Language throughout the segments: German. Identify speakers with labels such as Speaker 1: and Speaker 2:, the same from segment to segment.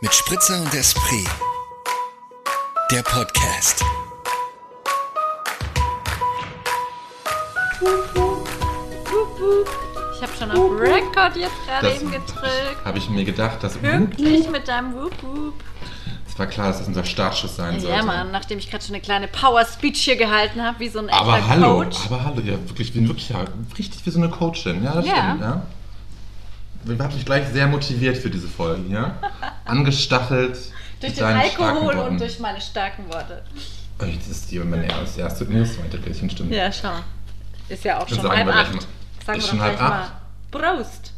Speaker 1: Mit Spritzer und Esprit. Der Podcast.
Speaker 2: Ich habe schon auf Record jetzt gerade eben gedrückt.
Speaker 3: Habe ich mir gedacht, dass
Speaker 2: Pünktlich mit deinem Wup Wup.
Speaker 3: es war klar, dass das unser Startschuss sein sollte.
Speaker 2: Ja, Mann, nachdem ich gerade schon eine kleine Power Speech hier gehalten habe, wie so ein echter
Speaker 3: Aber hallo,
Speaker 2: Coach.
Speaker 3: aber hallo, ja, wirklich, ich bin wirklich ja, richtig wie so eine Coachin, ja, das
Speaker 2: Ja.
Speaker 3: stimmt, ja. Ich habe mich gleich sehr motiviert für diese Folge, ja. Angestachelt
Speaker 2: Durch
Speaker 3: mit
Speaker 2: den
Speaker 3: deinen starken
Speaker 2: Alkohol
Speaker 3: Worten.
Speaker 2: und durch meine starken Worte.
Speaker 3: Oh, Jetzt ist die meine erste, erste, nee, das zweite Gläschen, stimmt.
Speaker 2: Ja, schau. mal. Ist ja auch schon
Speaker 3: Sagen
Speaker 2: halb
Speaker 3: wir gleich
Speaker 2: acht.
Speaker 3: mal.
Speaker 2: Sagen
Speaker 3: Ist
Speaker 2: wir doch
Speaker 3: schon halb
Speaker 2: gleich mal. Prost.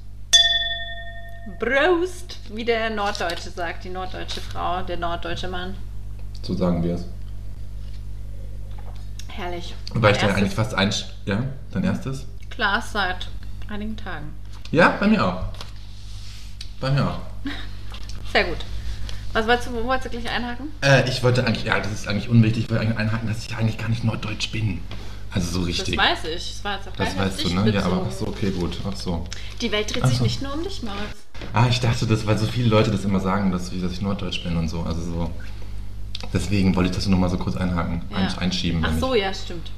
Speaker 2: Prost, wie der Norddeutsche sagt, die norddeutsche Frau, der norddeutsche Mann.
Speaker 3: So sagen wir es.
Speaker 2: Herrlich.
Speaker 3: Wobei ich
Speaker 2: Mein
Speaker 3: dann eigentlich
Speaker 2: erstes
Speaker 3: fast ein, ja, dein erstes?
Speaker 2: Glas seit einigen Tagen.
Speaker 3: Ja, bei mir auch. Bei mir auch.
Speaker 2: Sehr gut. Was wolltest du, wo wolltest du gleich einhaken?
Speaker 3: Äh, ich wollte eigentlich, ja, das ist eigentlich unwichtig, ich wollte eigentlich einhaken, dass ich eigentlich gar nicht norddeutsch bin. Also so richtig.
Speaker 2: Das weiß ich. Das war jetzt auch
Speaker 3: Das
Speaker 2: gar nicht auf
Speaker 3: weißt du,
Speaker 2: dich
Speaker 3: ne? Ja,
Speaker 2: bezogen.
Speaker 3: aber ach so, okay, gut. Ach so.
Speaker 2: Die Welt dreht sich
Speaker 3: Ach so.
Speaker 2: nicht nur um dich, Max.
Speaker 3: Ah, ich dachte, das, weil so viele Leute das immer sagen, dass, dass ich norddeutsch bin und so. Also so. Deswegen wollte ich das nur mal so kurz einhaken,
Speaker 2: Ja.
Speaker 3: ein, einschieben.
Speaker 2: Ach
Speaker 3: wenn
Speaker 2: so,
Speaker 3: ich,
Speaker 2: ja, stimmt.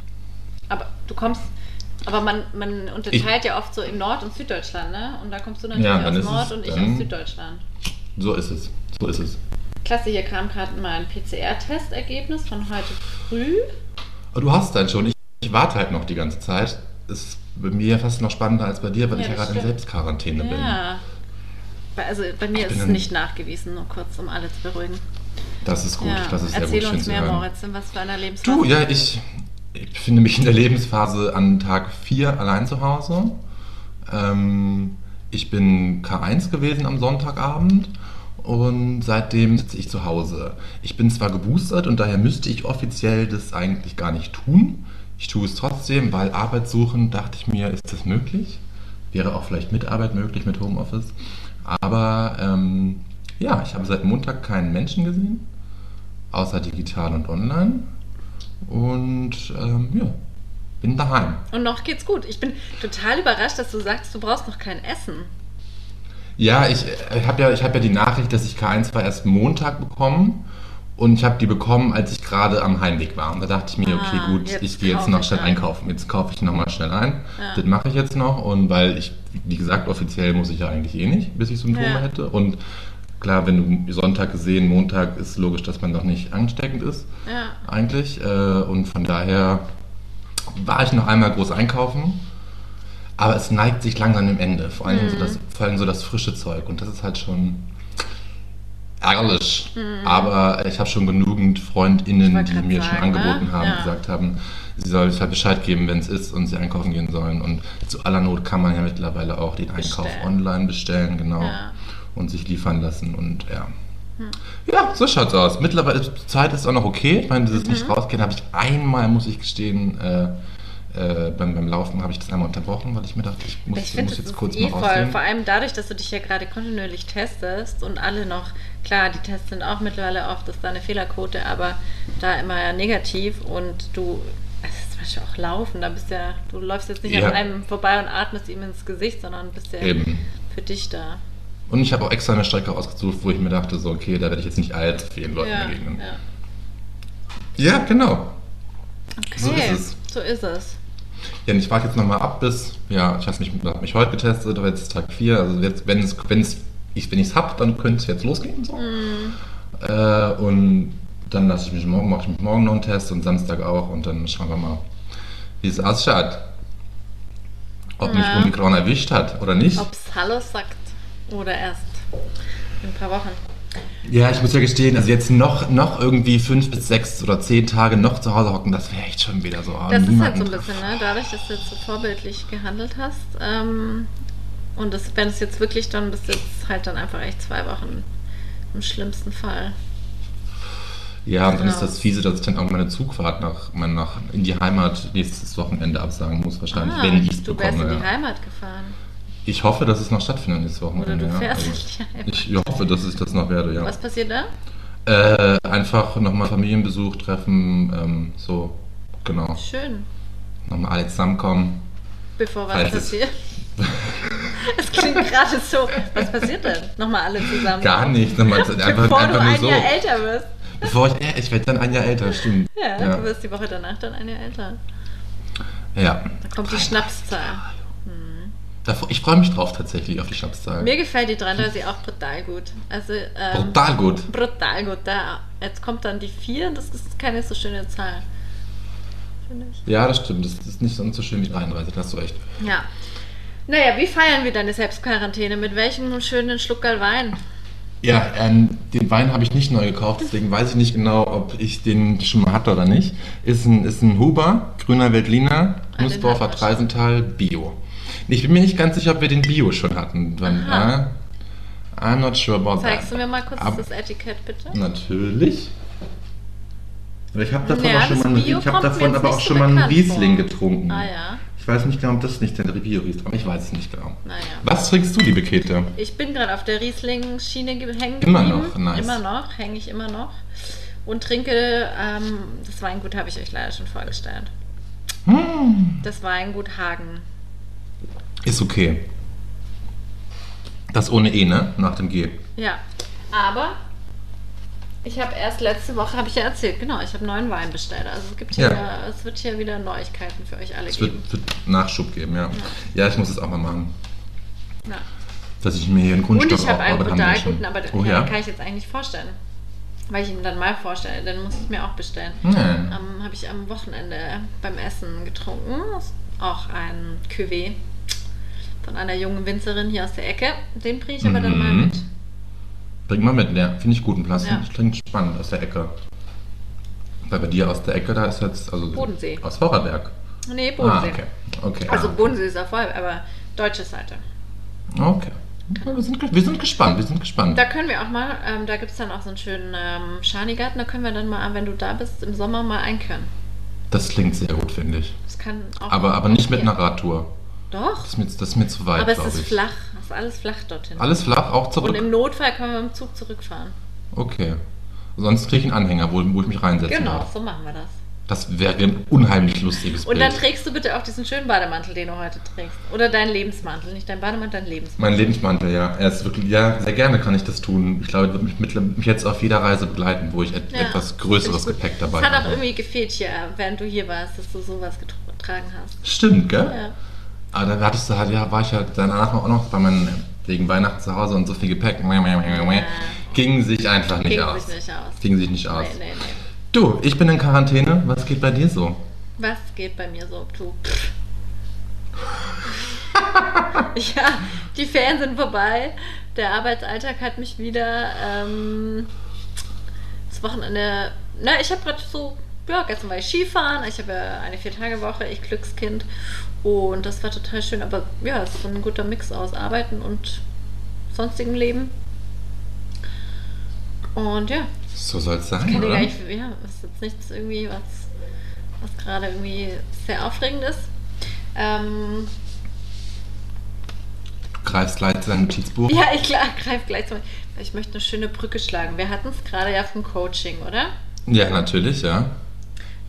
Speaker 2: Aber du kommst. Aber man, man unterteilt ja oft so in Nord- und Süddeutschland, ne? Und da kommst du natürlich
Speaker 3: Ja, dann
Speaker 2: aus
Speaker 3: ist es
Speaker 2: Nord und ich
Speaker 3: dann-
Speaker 2: aus Süddeutschland.
Speaker 3: so ist es. So ist es.
Speaker 2: Klasse, hier kam gerade mal ein PCR-Testergebnis von heute früh.
Speaker 3: Aber du hast dann schon. Ich, ich warte halt noch die ganze Zeit. Ist bei mir fast noch spannender als bei dir, weil
Speaker 2: Ja,
Speaker 3: ich
Speaker 2: das
Speaker 3: ja gerade in
Speaker 2: stimmt.
Speaker 3: Selbstquarantäne bin.
Speaker 2: Ja. Bei- Also bei mir ist
Speaker 3: bin
Speaker 2: es
Speaker 3: ein-
Speaker 2: nicht nachgewiesen, nur kurz, um alle zu beruhigen.
Speaker 3: Das ist gut.
Speaker 2: ja.
Speaker 3: Das ist sehr
Speaker 2: Erzähl
Speaker 3: gut. Schön
Speaker 2: uns
Speaker 3: zu
Speaker 2: mehr,
Speaker 3: hören.
Speaker 2: Moritz, in was für einer Lebensphase.
Speaker 3: Du, ja, ich, ich befinde mich in der Lebensphase an Tag 4 allein zu Hause. Ähm, ich bin K1 gewesen am Sonntagabend und seitdem sitze ich zu Hause. Ich bin zwar geboostert und daher müsste ich offiziell das eigentlich gar nicht tun. Ich tue es trotzdem, weil Arbeit suchen, dachte ich mir, ist das möglich? Wäre auch vielleicht mit Arbeit möglich, mit Homeoffice. Aber ähm, ja, ich habe seit Montag keinen Menschen gesehen, außer digital und online. Und ähm, ja, bin daheim.
Speaker 2: Und noch geht's gut. Ich bin total überrascht, dass du sagst, du brauchst noch kein Essen.
Speaker 3: Ja, ich, äh, ich habe ja, ich hab ja die Nachricht, dass ich K1 war erst Montag bekommen. Und ich habe die bekommen, als ich gerade am Heimweg war. Und da dachte ich mir,
Speaker 2: Ah,
Speaker 3: okay, gut,
Speaker 2: jetzt
Speaker 3: ich gehe jetzt
Speaker 2: kaufe
Speaker 3: noch
Speaker 2: ich
Speaker 3: schnell
Speaker 2: ein.
Speaker 3: einkaufen. Jetzt kaufe ich nochmal schnell ein.
Speaker 2: Ja.
Speaker 3: Das mache ich jetzt noch. Und weil ich, wie gesagt, offiziell muss ich ja eigentlich eh nicht, bis ich Symptome
Speaker 2: Ja.
Speaker 3: hätte. Und klar, wenn du Sonntag gesehen, Montag ist logisch, dass man doch nicht ansteckend ist.
Speaker 2: Ja.
Speaker 3: eigentlich. Äh, und von daher war ich noch einmal groß einkaufen. Aber es neigt sich langsam dem Ende. Vor allem,
Speaker 2: Mhm.
Speaker 3: so, das, vor allem so das frische Zeug. Und das ist halt schon ärgerlich. Aber ich habe schon genügend
Speaker 2: Mhm. Ich
Speaker 3: FreundInnen,
Speaker 2: wollte
Speaker 3: die
Speaker 2: grad
Speaker 3: mir schon
Speaker 2: sagen, ne?
Speaker 3: angeboten haben,
Speaker 2: Ja.
Speaker 3: gesagt haben, sie sollen sich halt Bescheid geben, wenn es ist und sie einkaufen gehen sollen. Und zu aller Not kann man ja mittlerweile auch den Einkauf
Speaker 2: Bestellen.
Speaker 3: online bestellen, genau.
Speaker 2: Ja.
Speaker 3: Und sich liefern lassen. Und ja. Ja, so schaut's aus. Mittlerweile die Zeit ist auch noch okay. Ich meine,
Speaker 2: Mhm.
Speaker 3: dieses nicht rausgehen habe ich einmal, muss ich gestehen, äh, äh, beim, beim Laufen habe ich das einmal unterbrochen, weil ich mir dachte, ich muss,
Speaker 2: Ich finde,
Speaker 3: muss
Speaker 2: das
Speaker 3: jetzt
Speaker 2: ist
Speaker 3: kurz
Speaker 2: eh
Speaker 3: mal
Speaker 2: voll.
Speaker 3: rausgehen.
Speaker 2: Vor allem dadurch, dass du dich ja gerade kontinuierlich testest und alle noch, klar, die Tests sind auch mittlerweile oft, das ist da eine Fehlerquote, aber da immer negativ und du, also zum Beispiel auch laufen, da bist ja, du läufst jetzt nicht
Speaker 3: Ja.
Speaker 2: an einem vorbei und atmest ihm ins Gesicht, sondern bist ja
Speaker 3: Eben.
Speaker 2: für dich da.
Speaker 3: Und ich habe auch extra eine Strecke ausgesucht, wo ich mir dachte, so, okay, da werde ich jetzt nicht allzu vielen Leuten
Speaker 2: ja,
Speaker 3: begegnen.
Speaker 2: ja.
Speaker 3: Ja, genau.
Speaker 2: Okay,
Speaker 3: So ist es.
Speaker 2: So ist es.
Speaker 3: Ja, und ich warte jetzt nochmal ab bis, ja, ich habe mich, hab mich heute getestet, aber jetzt ist Tag 4. Also jetzt, wenn es, wenn es, ich, wenn ich es hab, dann könnte es jetzt losgehen. So.
Speaker 2: Mhm.
Speaker 3: Äh, und dann lasse ich mich morgen, mache ich mich morgen noch einen Test und Samstag auch und dann schauen wir mal, wie es ausschaut. Ob mich
Speaker 2: Ja.
Speaker 3: Omikron erwischt hat oder nicht.
Speaker 2: Ob es Hallo sagt oder erst in ein paar Wochen.
Speaker 3: Ja, ich muss ja gestehen, also jetzt noch, noch irgendwie fünf bis sechs oder zehn Tage noch zu Hause hocken, das wäre echt schon wieder so. ah,
Speaker 2: Das ist halt
Speaker 3: niemanden
Speaker 2: so ein
Speaker 3: treffen.
Speaker 2: bisschen, ne? dadurch, dass du jetzt so vorbildlich gehandelt hast. Ähm, und das, wenn es jetzt wirklich dann bist, du jetzt halt dann einfach echt zwei Wochen im schlimmsten Fall.
Speaker 3: Ja, und dann
Speaker 2: Genau.
Speaker 3: ist das fiese, dass ich dann auch meine Zugfahrt nach, mein- nach in die Heimat nächstes Wochenende absagen muss, wahrscheinlich, wenn ich es
Speaker 2: Ah, du wärst
Speaker 3: bekomme.
Speaker 2: in die
Speaker 3: Ja.
Speaker 2: Heimat gefahren.
Speaker 3: Ich hoffe, dass es noch stattfindet nächstes
Speaker 2: Oder
Speaker 3: Wochenende.
Speaker 2: du
Speaker 3: ja.
Speaker 2: fährst
Speaker 3: Also,
Speaker 2: in die Heimat.
Speaker 3: ich hoffe, dass ich das noch werde, ja.
Speaker 2: Was passiert da?
Speaker 3: Äh, einfach nochmal Familienbesuch treffen, ähm, so, genau.
Speaker 2: Schön.
Speaker 3: Nochmal alle zusammenkommen.
Speaker 2: Bevor was
Speaker 3: Falls es-
Speaker 2: passiert. Es klingt gerade so. Was passiert denn? Nochmal alle zusammen.
Speaker 3: Gar nicht. Nochmal, einfach,
Speaker 2: Bevor du
Speaker 3: einfach nur
Speaker 2: ein
Speaker 3: so.
Speaker 2: Jahr älter wirst.
Speaker 3: Bevor ich, äh, ich werde dann ein Jahr älter, stimmt.
Speaker 2: Ja,
Speaker 3: ja.
Speaker 2: du wirst die Woche danach dann ein Jahr älter.
Speaker 3: ja.
Speaker 2: Da kommt die Schnapszahl.
Speaker 3: Davor, ich freue mich drauf tatsächlich auf die Schnapszahl.
Speaker 2: Mir gefällt die 33 auch brutal gut. Also, ähm,
Speaker 3: Brutal gut.
Speaker 2: brutal gut. Da, jetzt kommt dann die 4 und das ist keine so schöne Zahl. Finde ich.
Speaker 3: Ja, das stimmt. Das ist nicht so schön wie 33, da hast du recht.
Speaker 2: Ja. Naja, wie feiern wir deine Selbstquarantäne? Mit welchem schönen Schluckerl Wein?
Speaker 3: Ja, ähm, den Wein habe ich nicht neu gekauft, deswegen weiß ich nicht genau, ob ich den schon mal hatte oder nicht. Ist ein, ist ein Huber, grüner Veltliner,
Speaker 2: Ah, den
Speaker 3: Nussdorfer
Speaker 2: hatten wir schon.
Speaker 3: Treisental, Bio. Ich bin mir nicht ganz sicher, ob wir den Bio schon hatten. Wann,
Speaker 2: Aha.
Speaker 3: ah, I'm not sure about
Speaker 2: Zeigst du
Speaker 3: that.
Speaker 2: mir mal kurz
Speaker 3: Ab-
Speaker 2: das Etikett, bitte?
Speaker 3: Natürlich. Aber Ich habe davon,
Speaker 2: Ja,
Speaker 3: auch schon
Speaker 2: das
Speaker 3: mal einen-
Speaker 2: Bio
Speaker 3: ich hab
Speaker 2: kommt mir
Speaker 3: davon
Speaker 2: jetzt
Speaker 3: aber
Speaker 2: nicht
Speaker 3: auch
Speaker 2: so
Speaker 3: schon mal einen
Speaker 2: bekannt
Speaker 3: Riesling
Speaker 2: vor.
Speaker 3: getrunken.
Speaker 2: Ah ja,
Speaker 3: Ich weiß nicht genau, ob das nicht der Bio-Riesling ist. Ich weiß es nicht genau.
Speaker 2: naja.
Speaker 3: Was trinkst du, liebe Käthe?
Speaker 2: Ich bin gerade auf der Riesling-Schiene ge- hängen geblieben.
Speaker 3: Immer noch, nice.
Speaker 2: Immer noch, hänge ich immer noch. Und trinke, ähm, das Weingut habe ich euch leider schon vorgestellt.
Speaker 3: Hm,
Speaker 2: Das Weingut Hagen.
Speaker 3: ist okay. Das ohne E, ne? Nach dem G.
Speaker 2: Ja, aber ich habe erst letzte Woche, habe ich ja erzählt, genau, ich habe neuen Wein bestellt. Also es gibt hier,
Speaker 3: Ja.
Speaker 2: wieder- es wird hier wieder Neuigkeiten für euch alle
Speaker 3: Es
Speaker 2: geben.
Speaker 3: wird, wird Nachschub geben, ja. Ja, ich muss es auch mal machen.
Speaker 2: Ja.
Speaker 3: Dass ich mir hier einen
Speaker 2: Und
Speaker 3: Grundstock
Speaker 2: ich habe einen
Speaker 3: aufbaue, haben wir
Speaker 2: brutal
Speaker 3: schon.
Speaker 2: guten, aber den
Speaker 3: Oh ja?
Speaker 2: kann ich jetzt eigentlich nicht vorstellen. Weil ich ihn dann mal vorstelle, dann muss ich mir auch bestellen.
Speaker 3: Nein.
Speaker 2: Ähm, habe ich am Wochenende beim Essen getrunken. Das ist auch ein Cuvée von einer jungen Winzerin hier aus der Ecke. Den bringe ich aber dann mal
Speaker 3: Mhm.
Speaker 2: mit.
Speaker 3: Bring mal mit, ja. Finde ich gut, einen Plastik.
Speaker 2: Ja.
Speaker 3: Das Klingt spannend aus der Ecke. Weil bei dir aus der Ecke, da ist jetzt. Also
Speaker 2: Bodensee.
Speaker 3: Aus Vorarlberg.
Speaker 2: Nee,
Speaker 3: Ah,
Speaker 2: Bodensee.
Speaker 3: okay. okay.
Speaker 2: Also
Speaker 3: ah, okay.
Speaker 2: Bodensee ist erfolg, aber deutsche Seite.
Speaker 3: Ah, Okay. Ja, Wir sind, ge- wir sind gespannt, wir sind gespannt.
Speaker 2: Da können wir auch mal, ähm, da gibt es dann auch so einen schönen ähm, Schanigarten, da können wir dann mal, wenn du da bist, im Sommer mal einkehren.
Speaker 3: Das klingt sehr gut, finde ich.
Speaker 2: Das kann auch
Speaker 3: Aber, aber nicht mit
Speaker 2: Ja.
Speaker 3: einer Radtour.
Speaker 2: Doch,
Speaker 3: Das ist mir, das ist mir zu weit,
Speaker 2: aber es
Speaker 3: glaub
Speaker 2: ist
Speaker 3: ich.
Speaker 2: flach. Es ist alles flach dorthin.
Speaker 3: Alles flach, auch
Speaker 2: Und im
Speaker 3: zurück?
Speaker 2: Notfall können wir mit dem Zug zurückfahren.
Speaker 3: Okay. Sonst kriege ich einen Anhänger, wo, wo ich mich reinsetzen
Speaker 2: Genau,
Speaker 3: darf.
Speaker 2: so machen wir das.
Speaker 3: Das wäre ein unheimlich lustiges
Speaker 2: Und
Speaker 3: Bild.
Speaker 2: dann trägst du bitte auch diesen schönen Bademantel, den du heute trägst. Oder deinen Lebensmantel, nicht dein Bademantel, dein Lebensmantel.
Speaker 3: mein Lebensmantel, ja. Er ist wirklich, ja, sehr gerne kann ich das tun. Ich glaube, er wird mich, mittler- mich jetzt auf jeder Reise begleiten, wo ich et
Speaker 2: Ja,
Speaker 3: etwas größeres
Speaker 2: finde ich gut.
Speaker 3: Gepäck
Speaker 2: Das
Speaker 3: dabei
Speaker 2: hat auch
Speaker 3: habe.
Speaker 2: irgendwie gefehlt hier, äh, während du hier warst, dass du sowas getragen hast.
Speaker 3: Stimmt, gell?
Speaker 2: Ja.
Speaker 3: Aber dann hattest du halt, ja, war ich ja danach auch noch bei meinen, wegen Weihnachten zu Hause und so viel Gepäck. Ging sich einfach nicht
Speaker 2: Ging
Speaker 3: aus.
Speaker 2: sich nicht aus.
Speaker 3: Ging sich nicht aus.
Speaker 2: Nee, nee, nee.
Speaker 3: Du, ich bin in Quarantäne. Was geht bei dir so?
Speaker 2: Was geht bei mir so? Du. pff. ja, die Ferien sind vorbei. Der Arbeitsalltag hat mich wieder ähm, das Wochenende. Na, ich habe gerade so. Ja, gestern war ich Skifahren. Ich habe ja eine Vier-Tage-Woche, ich Glückskind. Und das war total schön. Aber ja, es ist so ein guter Mix aus Arbeiten und sonstigem Leben. Und ja,
Speaker 3: So soll es
Speaker 2: ich
Speaker 3: sein,
Speaker 2: kann dir
Speaker 3: oder?
Speaker 2: gar nicht, ja, ist jetzt nichts irgendwie, was, was gerade irgendwie sehr aufregend ist. Ähm,
Speaker 3: Du greifst gleich zu deinem Notizbuch.
Speaker 2: ja, ich greife gleich zum. Ich möchte eine schöne Brücke schlagen. Wir hatten es gerade ja vom Coaching, oder?
Speaker 3: Ja, natürlich, ja.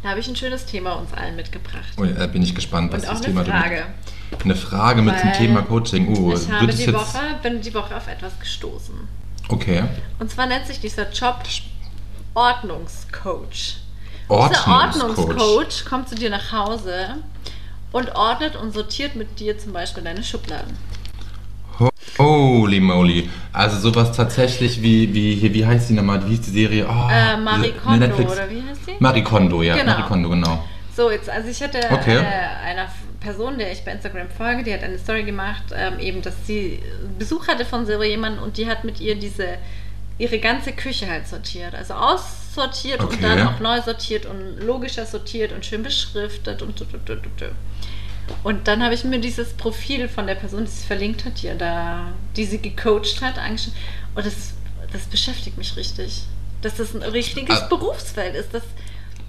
Speaker 2: Da habe ich ein schönes Thema uns allen mitgebracht.
Speaker 3: Ui, da bin ich gespannt, Oh was
Speaker 2: Und auch eine
Speaker 3: das Thema du mit-
Speaker 2: Frage.
Speaker 3: Eine Frage mit dem
Speaker 2: Weil
Speaker 3: Thema Coaching. Uh,
Speaker 2: ich habe
Speaker 3: würde ich
Speaker 2: die
Speaker 3: jetzt.
Speaker 2: Woche, bin die Woche auf etwas gestoßen.
Speaker 3: Okay.
Speaker 2: Und zwar nennt sich dieser Job Ordnungscoach. Dieser
Speaker 3: Ordnungscoach.
Speaker 2: Ordnungscoach kommt zu dir nach Hause und ordnet und sortiert mit dir zum Beispiel deine Schubladen.
Speaker 3: Holy moly. Also sowas tatsächlich wie, wie hier, wie heißt die nochmal? Wie hieß die Serie? Oh,
Speaker 2: Äh, Marie
Speaker 3: diese-
Speaker 2: Kondo,
Speaker 3: Netflix.
Speaker 2: oder wie heißt sie?
Speaker 3: Marie Kondo, ja.
Speaker 2: Genau.
Speaker 3: Marie Kondo, genau.
Speaker 2: So, jetzt, also ich hatte
Speaker 3: Okay.
Speaker 2: äh, einer Person, der ich bei Instagram folge, die hat eine Story gemacht, ähm, eben, dass sie Besuch hatte von so jemandem und die hat mit ihr diese ihre ganze Küche halt sortiert. Also aussortiert
Speaker 3: Okay.
Speaker 2: und dann auch neu sortiert und logischer sortiert und schön beschriftet und du, du, du, du, du. Und dann habe ich mir dieses Profil von der Person, die sie verlinkt hat, hier da, die sie gecoacht hat, angeschaut. Und das, das beschäftigt mich richtig. Dass das ein richtiges
Speaker 3: Ah.
Speaker 2: Berufsfeld ist. Das,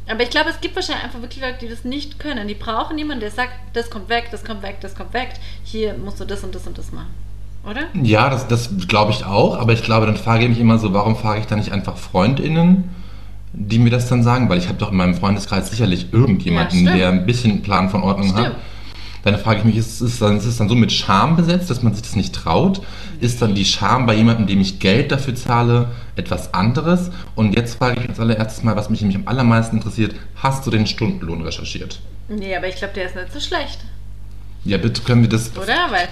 Speaker 2: aber ich glaube, es gibt wahrscheinlich einfach wirklich Leute, die das nicht können. Die brauchen jemanden, der sagt, das kommt weg, das kommt weg, das kommt weg. Hier musst du das und das und das machen. Oder?
Speaker 3: Ja, das, das glaube ich auch, aber ich glaube, dann frage ich mich immer so, warum frage ich dann nicht einfach FreundInnen, die mir das dann sagen? Weil ich habe doch in meinem Freundeskreis sicherlich irgendjemanden,
Speaker 2: Ja, stimmt.
Speaker 3: der ein bisschen Plan von Ordnung hat.
Speaker 2: Stimmt.
Speaker 3: Dann frage ich mich, ist es, dann, ist es dann so mit Scham besetzt, dass man sich das nicht traut? Ist dann die Scham bei jemandem, dem ich Geld dafür zahle, etwas anderes? Und jetzt frage ich als allererstes mal, was mich nämlich am allermeisten interessiert, hast du den Stundenlohn recherchiert?
Speaker 2: Nee, aber ich glaube, der ist nicht so schlecht,
Speaker 3: Ja, bitte können wir das...
Speaker 2: oder? Weil,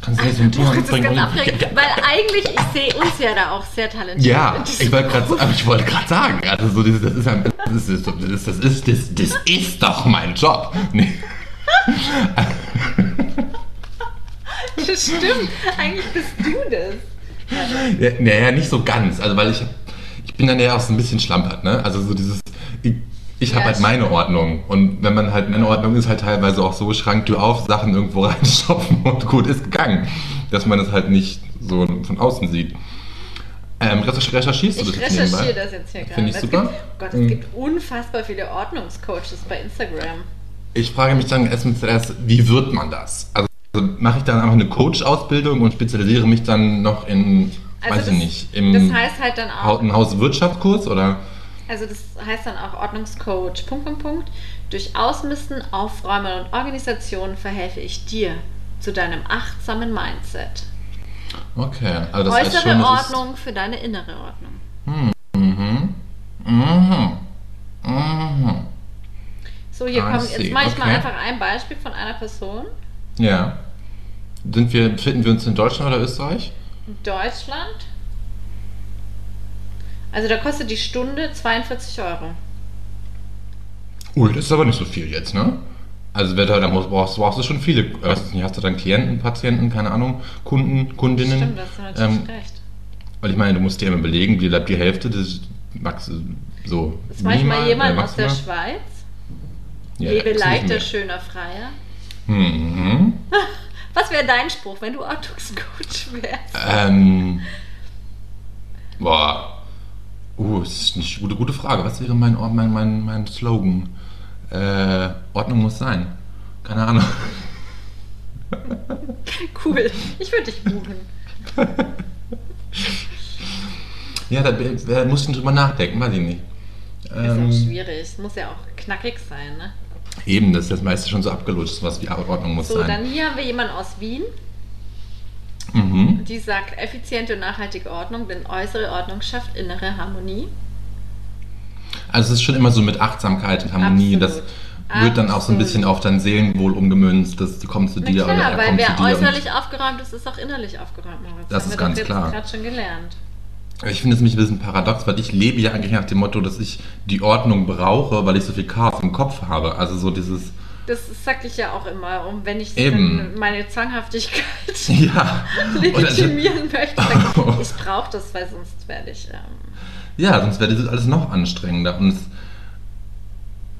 Speaker 3: Kannst du nicht so ein Thema
Speaker 2: Moritz ist ganz
Speaker 3: anbringen?
Speaker 2: aufgeregt, weil eigentlich, ich sehe uns ja da auch sehr talentiert.
Speaker 3: Ja,
Speaker 2: in diesem
Speaker 3: ich wollte gerade aber ich wollte gerade sagen, also so dieses, das ist ein, das ist, das ist, das ist, das, das ist doch mein Job. Nee.
Speaker 2: Das stimmt. Eigentlich bist du das.
Speaker 3: Ja, Naja, nicht so ganz. Also weil ich, ich bin dann ja auch so ein bisschen schlampert, ne? Also so dieses, ich, ich habe
Speaker 2: Ja,
Speaker 3: halt
Speaker 2: stimmt.
Speaker 3: meine Ordnung. Und wenn man halt meine Ordnung ist, halt teilweise auch so Schranktür auf, Sachen irgendwo reinstopfen und gut ist gegangen. Dass man das halt nicht so von außen sieht. Ähm, recherch- recherchierst du
Speaker 2: Ich
Speaker 3: das jetzt nebenbei?
Speaker 2: recherchiere das jetzt hier gerade.
Speaker 3: Finde ich
Speaker 2: Es
Speaker 3: super.
Speaker 2: Gibt, oh Gott, es
Speaker 3: Mhm.
Speaker 2: gibt unfassbar viele Ordnungscoaches bei Instagram.
Speaker 3: Ich frage mich dann erstmal zuerst, wie wird man das? Also mache ich dann einfach eine Coach-Ausbildung und spezialisiere mich dann noch in,
Speaker 2: Also
Speaker 3: weiß
Speaker 2: das-
Speaker 3: ich nicht, im
Speaker 2: Das heißt halt dann
Speaker 3: Hau-
Speaker 2: auch,
Speaker 3: einen Hauswirtschaftskurs oder?
Speaker 2: also das heißt dann auch Ordnungscoach. Punkt, Punkt, Punkt. Durch Ausmisten, Aufräumen und Organisation verhelfe ich dir zu deinem achtsamen Mindset.
Speaker 3: Okay, also das heißt
Speaker 2: Äußere
Speaker 3: schon, das ist- Hm,
Speaker 2: Ordnung für deine innere Ordnung.
Speaker 3: Mhm. Mhm.
Speaker 2: So, hier
Speaker 3: I
Speaker 2: kommt,
Speaker 3: see.
Speaker 2: jetzt mache ich mal
Speaker 3: Okay.
Speaker 2: einfach ein Beispiel von einer Person.
Speaker 3: Ja. Sind wir, befinden wir uns in Deutschland oder Österreich?
Speaker 2: Deutschland. Also da kostet die Stunde 42 Euro.
Speaker 3: Ui, das ist aber nicht so viel jetzt, ne? Also wer da, da muss, brauchst, brauchst du schon viele. äh, Weiß nicht, hast du dann Klienten, Patienten, keine Ahnung, Kunden, Kundinnen?
Speaker 2: Stimmt, das ist natürlich
Speaker 3: Ähm,
Speaker 2: recht.
Speaker 3: Weil ich meine, du musst dir immer belegen, wie bleibt die Hälfte des Max so.
Speaker 2: Jetzt mache ich mal
Speaker 3: minimal,
Speaker 2: jemand
Speaker 3: äh,
Speaker 2: aus der
Speaker 3: maximal?
Speaker 2: Schweiz.
Speaker 3: Ja,
Speaker 2: Lebe
Speaker 3: das ist nicht
Speaker 2: leichter,
Speaker 3: mehr.
Speaker 2: schöner, freier.
Speaker 3: Mhm.
Speaker 2: Was wäre dein Spruch, wenn du Ordnungscoach wärst?
Speaker 3: Ähm. Boah. Uh, das ist eine gute, gute Frage. Was wäre mein, Ord- mein, mein, mein Slogan? Äh, Ordnung muss sein. Keine Ahnung.
Speaker 2: Cool, ich würde dich buchen.
Speaker 3: Ja, da, da muss ich drüber nachdenken, weiß ich nicht.
Speaker 2: ist auch
Speaker 3: Ähm,
Speaker 2: schwierig, es muss ja auch knackig sein. Ne?
Speaker 3: eben, das ist das meiste schon so abgelutscht, was wie Ordnung muss
Speaker 2: So, dann
Speaker 3: sein.
Speaker 2: hier haben wir jemanden aus Wien,
Speaker 3: Mhm.
Speaker 2: die sagt, effiziente und nachhaltige Ordnung, denn äußere Ordnung schafft innere Harmonie.
Speaker 3: Also es ist schon immer so mit Achtsamkeit und Harmonie,
Speaker 2: Absolut.
Speaker 3: das wird dann auch so ein
Speaker 2: Absolut.
Speaker 3: bisschen auf dein Seelenwohl umgemünzt, dass du kommst zu
Speaker 2: Na
Speaker 3: dir oder
Speaker 2: klar,
Speaker 3: er
Speaker 2: weil
Speaker 3: kommt zu
Speaker 2: wer
Speaker 3: dir.
Speaker 2: äußerlich aufgeräumt ist, ist auch innerlich aufgeräumt, Moritz.
Speaker 3: Das
Speaker 2: Haben
Speaker 3: ist
Speaker 2: wir
Speaker 3: ganz
Speaker 2: doch jetzt
Speaker 3: klar.
Speaker 2: gerade schon gelernt.
Speaker 3: Und ich finde es mich ein bisschen paradox, weil ich lebe ja eigentlich nach dem Motto, dass ich die Ordnung brauche, weil ich so viel Chaos im Kopf habe. Also so dieses,
Speaker 2: Das sag ich ja auch immer, um wenn ich
Speaker 3: Eben.
Speaker 2: meine Zwanghaftigkeit
Speaker 3: ja, also, oder, Oh.
Speaker 2: legitimieren möchte. Sag ich ich brauche das, weil sonst werde ich. Ähm,
Speaker 3: ja, sonst wäre dieses alles noch anstrengender. Und es,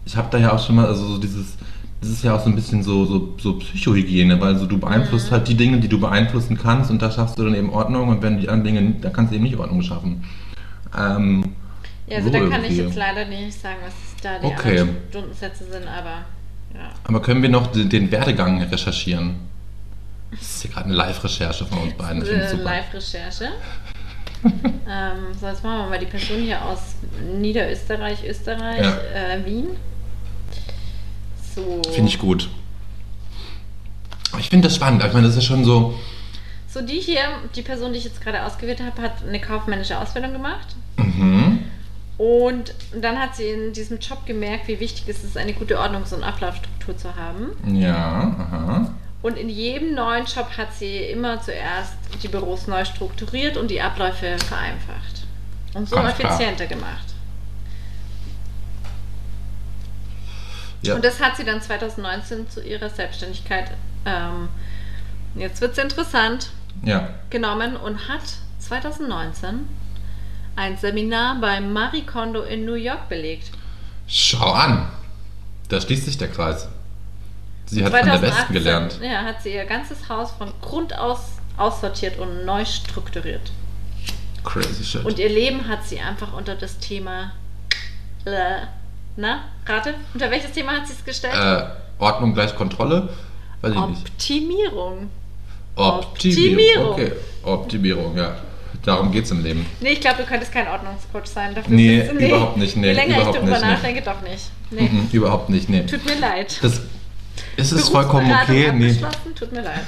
Speaker 3: ich habe da ja auch schon mal, also so dieses, das ist ja auch so ein bisschen so, so, so Psychohygiene, weil so du beeinflusst halt die Dinge, die du beeinflussen kannst und da schaffst du dann eben Ordnung und wenn du die anderen Dinge, da kannst du eben nicht Ordnung schaffen. Ähm,
Speaker 2: ja, also
Speaker 3: So
Speaker 2: da kann ich
Speaker 3: irgendwie.
Speaker 2: jetzt leider nicht sagen, was da die
Speaker 3: Okay.
Speaker 2: anderen Stundensätze sind, aber ja.
Speaker 3: Aber können wir noch den, den Werdegang recherchieren? Das ist hier gerade eine Live-Recherche von uns beiden. Das finde ich
Speaker 2: Äh,
Speaker 3: super.
Speaker 2: Live-Recherche. ähm, so, jetzt machen wir mal die Person hier aus Niederösterreich, Österreich,
Speaker 3: Ja.
Speaker 2: äh, Wien. So.
Speaker 3: Finde ich gut. Aber Ich finde das spannend. Ich meine, das ist ja schon so.
Speaker 2: So, die hier, die Person, die ich jetzt gerade ausgewählt habe, hat eine kaufmännische Ausbildung gemacht.
Speaker 3: Mhm.
Speaker 2: Und dann hat sie in diesem Job gemerkt, wie wichtig es ist, eine gute Ordnungs- und Ablaufstruktur zu haben.
Speaker 3: Ja, aha.
Speaker 2: Und in jedem neuen Job hat sie immer zuerst die Büros neu strukturiert und die Abläufe vereinfacht. Und so
Speaker 3: Ganz klar.
Speaker 2: effizienter gemacht.
Speaker 3: Ja.
Speaker 2: Und das hat sie dann 2019 zu ihrer Selbstständigkeit, ähm, jetzt wird es interessant,
Speaker 3: ja.
Speaker 2: genommen und hat 2019 ein Seminar bei Marie Kondo in New York belegt.
Speaker 3: Schau an. Da schließt sich der Kreis. Sie hat von der Besten gelernt.
Speaker 2: Ja, hat sie ihr ganzes Haus von Grund aus aussortiert und neu strukturiert.
Speaker 3: Crazy shit.
Speaker 2: Und ihr Leben hat sie einfach unter das Thema. Äh, na, rate? Unter welches Thema hat sie es gestellt?
Speaker 3: äh, Ordnung gleich Kontrolle? Weiß ich nicht.
Speaker 2: Optimierung. Optimierung.
Speaker 3: Okay. Optimierung, ja. Darum geht's im Leben.
Speaker 2: Nee, ich glaube, du könntest kein Ordnungscoach sein. Dafür
Speaker 3: Nee,
Speaker 2: bist du-
Speaker 3: überhaupt nicht, nee,
Speaker 2: Je länger
Speaker 3: überhaupt
Speaker 2: ich drüber
Speaker 3: nicht, nee.
Speaker 2: nachdenke, doch nicht. Nee.
Speaker 3: Mhm, überhaupt nicht, nee.
Speaker 2: Tut mir leid.
Speaker 3: Das, Es ist vollkommen
Speaker 2: Berufsberatung
Speaker 3: okay. Nee.
Speaker 2: abgeschlossen, tut mir leid.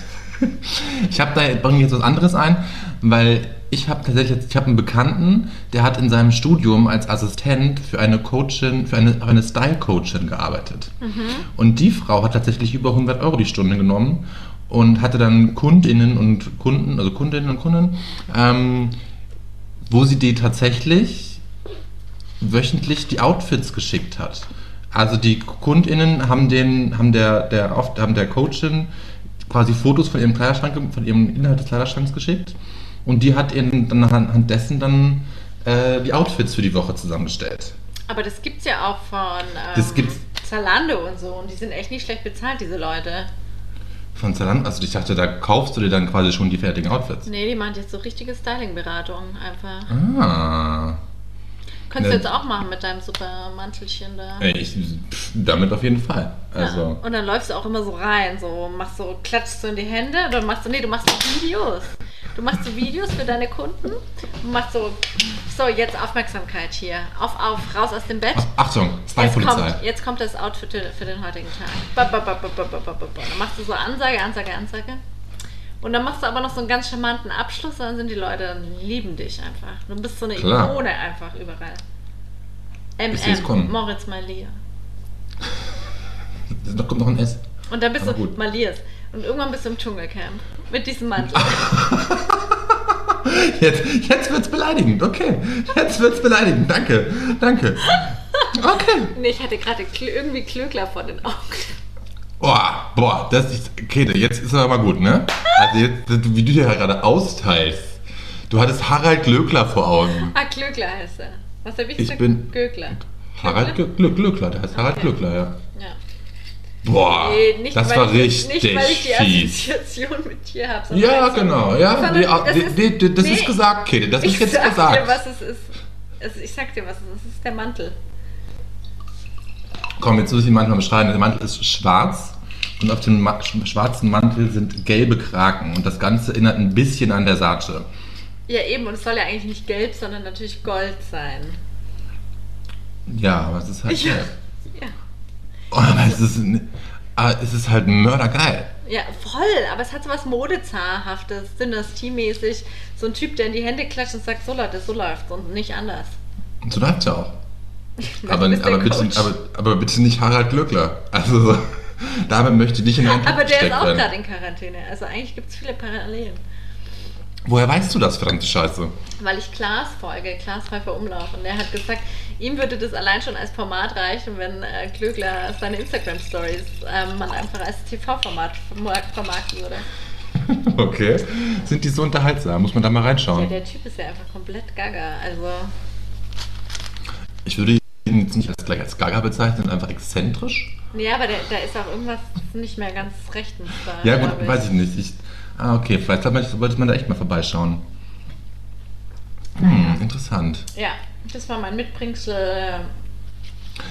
Speaker 3: Ich habe da bringe ich jetzt was anderes ein, weil ich habe tatsächlich jetzt, ich habe einen Bekannten, der hat in seinem Studium als Assistent für eine Coachin, für eine, für eine Style Coachin gearbeitet. Und die Frau hat tatsächlich über 100 Euro die Stunde genommen und hatte dann Kundinnen und Kunden, also Kundinnen und Kunden, ähm, wo sie die tatsächlich wöchentlich die Outfits geschickt hat. Also die KundInnen haben den, haben der, der oft haben der Coachin quasi Fotos von ihrem Kleiderschrank, ge- von ihrem Inhalt des Kleiderschranks geschickt und die hat ihnen dann anhand dessen dann äh, die Outfits für die Woche zusammengestellt.
Speaker 2: Aber das gibt's ja auch von ähm,
Speaker 3: Das gibt's-
Speaker 2: Zalando und so. Und die sind echt nicht schlecht bezahlt, diese Leute.
Speaker 3: Von Zalando, also ich dachte, da kaufst du dir dann quasi schon die fertigen Outfits.
Speaker 2: Nee, die machen jetzt so richtige Styling-Beratung einfach.
Speaker 3: Ah,
Speaker 2: Könntest
Speaker 3: Ne.
Speaker 2: du jetzt auch machen mit deinem super Mantelchen da.
Speaker 3: Ey, Äh, ich, pff, damit auf jeden Fall. Also.
Speaker 2: Ja. Und dann läufst du auch immer so rein, so machst so, klatschst du in die Hände, dann machst du, nee, du machst so Videos. Du machst so Videos für deine Kunden und machst so, so jetzt Aufmerksamkeit hier. Auf, auf, raus aus dem Bett.
Speaker 3: Ach, Achtung,
Speaker 2: Jetzt
Speaker 3: Style-Polizei.
Speaker 2: kommt, jetzt kommt das Outfit für den heutigen Tag. Ba, ba, ba, ba, ba, ba, ba, ba, ba. Dann machst du so Ansage, Ansage, Ansage. Und dann machst du aber noch so einen ganz charmanten Abschluss, dann sind die Leute, dann lieben dich einfach. Du bist so eine
Speaker 3: Klar.
Speaker 2: Ikone einfach überall.
Speaker 3: Ich seh's kommen.
Speaker 2: MM, Moritz Malia.
Speaker 3: Da kommt noch ein S.
Speaker 2: Und dann bist
Speaker 3: Aber
Speaker 2: du
Speaker 3: gut.
Speaker 2: Malias. Und irgendwann bist du im Dschungelcamp. Mit diesem Mantel.
Speaker 3: Jetzt, jetzt wird's beleidigend, okay. Jetzt wird's beleidigend, danke, danke. Okay.
Speaker 2: nee, ich hatte gerade Kl- irgendwie Klöckler vor den Augen.
Speaker 3: Oh, boah, das ist. Käthe, jetzt ist aber mal gut, ne? Also, jetzt, wie du dir gerade austeilst. Du hattest Harald Glöckler vor Augen.
Speaker 2: Ah, Klöckler heißt er. Was hab ich
Speaker 3: Ich bin-
Speaker 2: Glöckler.
Speaker 3: Harald Glö Glö Glöckler, der heißt Harald
Speaker 2: Okay.
Speaker 3: Glöckler, ja.
Speaker 2: Ja.
Speaker 3: Boah,
Speaker 2: Nee, nicht,
Speaker 3: Ah, das
Speaker 2: weil
Speaker 3: war
Speaker 2: ich,
Speaker 3: richtig
Speaker 2: Nicht, weil ich die
Speaker 3: fies.
Speaker 2: Assoziation mit dir habe. sondern
Speaker 3: Ja,
Speaker 2: weil ich so-
Speaker 3: genau, ja.
Speaker 2: Sondern
Speaker 3: Die,
Speaker 2: das
Speaker 3: die,
Speaker 2: ist-
Speaker 3: die, die, das
Speaker 2: nee,
Speaker 3: ist gesagt, Käthe, das ist
Speaker 2: Ich
Speaker 3: jetzt
Speaker 2: sag
Speaker 3: gesagt.
Speaker 2: dir, was es ist. Also ich sag dir, was es ist. Es ist der Mantel.
Speaker 3: Komm, jetzt muss ich ihn manchmal beschreiben. Der Mantel ist schwarz und auf dem Ma sch- schwarzen Mantel sind gelbe Kraken und das Ganze erinnert ein bisschen an Versace.
Speaker 2: Ja, eben. Und es soll ja eigentlich nicht gelb, sondern natürlich gold sein.
Speaker 3: Ja, aber es ist halt.
Speaker 2: Ja.
Speaker 3: gelb.
Speaker 2: Ja.
Speaker 3: Oh, aber es ist, n- aber es ist halt mördergeil.
Speaker 2: Ja, voll, aber es hat so was Modezahrhaftes, Dynastiemäßig. So ein Typ, der in die Hände klatscht und sagt, so Leute, so läuft's und nicht anders.
Speaker 3: Und so läuft's ja auch.
Speaker 2: Du
Speaker 3: Aber,
Speaker 2: bist der
Speaker 3: aber, bitte,
Speaker 2: Coach.
Speaker 3: aber, aber bitte nicht Harald Glöckler. Also, so, damit möchte ich nicht in einen Topf
Speaker 2: aber der ist
Speaker 3: gesteckt
Speaker 2: auch
Speaker 3: werden.
Speaker 2: gerade in Quarantäne. Also eigentlich gibt es viele Parallelen.
Speaker 3: Woher weißt du das, verdammte Scheiße?
Speaker 2: Weil ich Klaas folge, Klaas Pfeiffer Umlauf. Und der hat gesagt, ihm würde das allein schon als Format reichen, wenn äh, Klögler seine Instagram-Stories ähm, man einfach als TV-Format vermark- vermarkten würde.
Speaker 3: Okay. Sind die so unterhaltsam? Muss man da mal
Speaker 2: Ja,
Speaker 3: reinschauen.
Speaker 2: der Typ ist ja einfach komplett gaga. Also,
Speaker 3: Ich würde ihn jetzt nicht als, gleich als Gaga bezeichnen, einfach exzentrisch.
Speaker 2: ja, aber der, da ist auch irgendwas nicht mehr ganz rechtens da.
Speaker 3: Ja, gut,
Speaker 2: glaub
Speaker 3: weiß ich nicht. Ich, ah, okay, vielleicht hat man, sollte man da echt mal vorbeischauen. Hm, interessant.
Speaker 2: Ja, das war mein Mitbringsel. äh,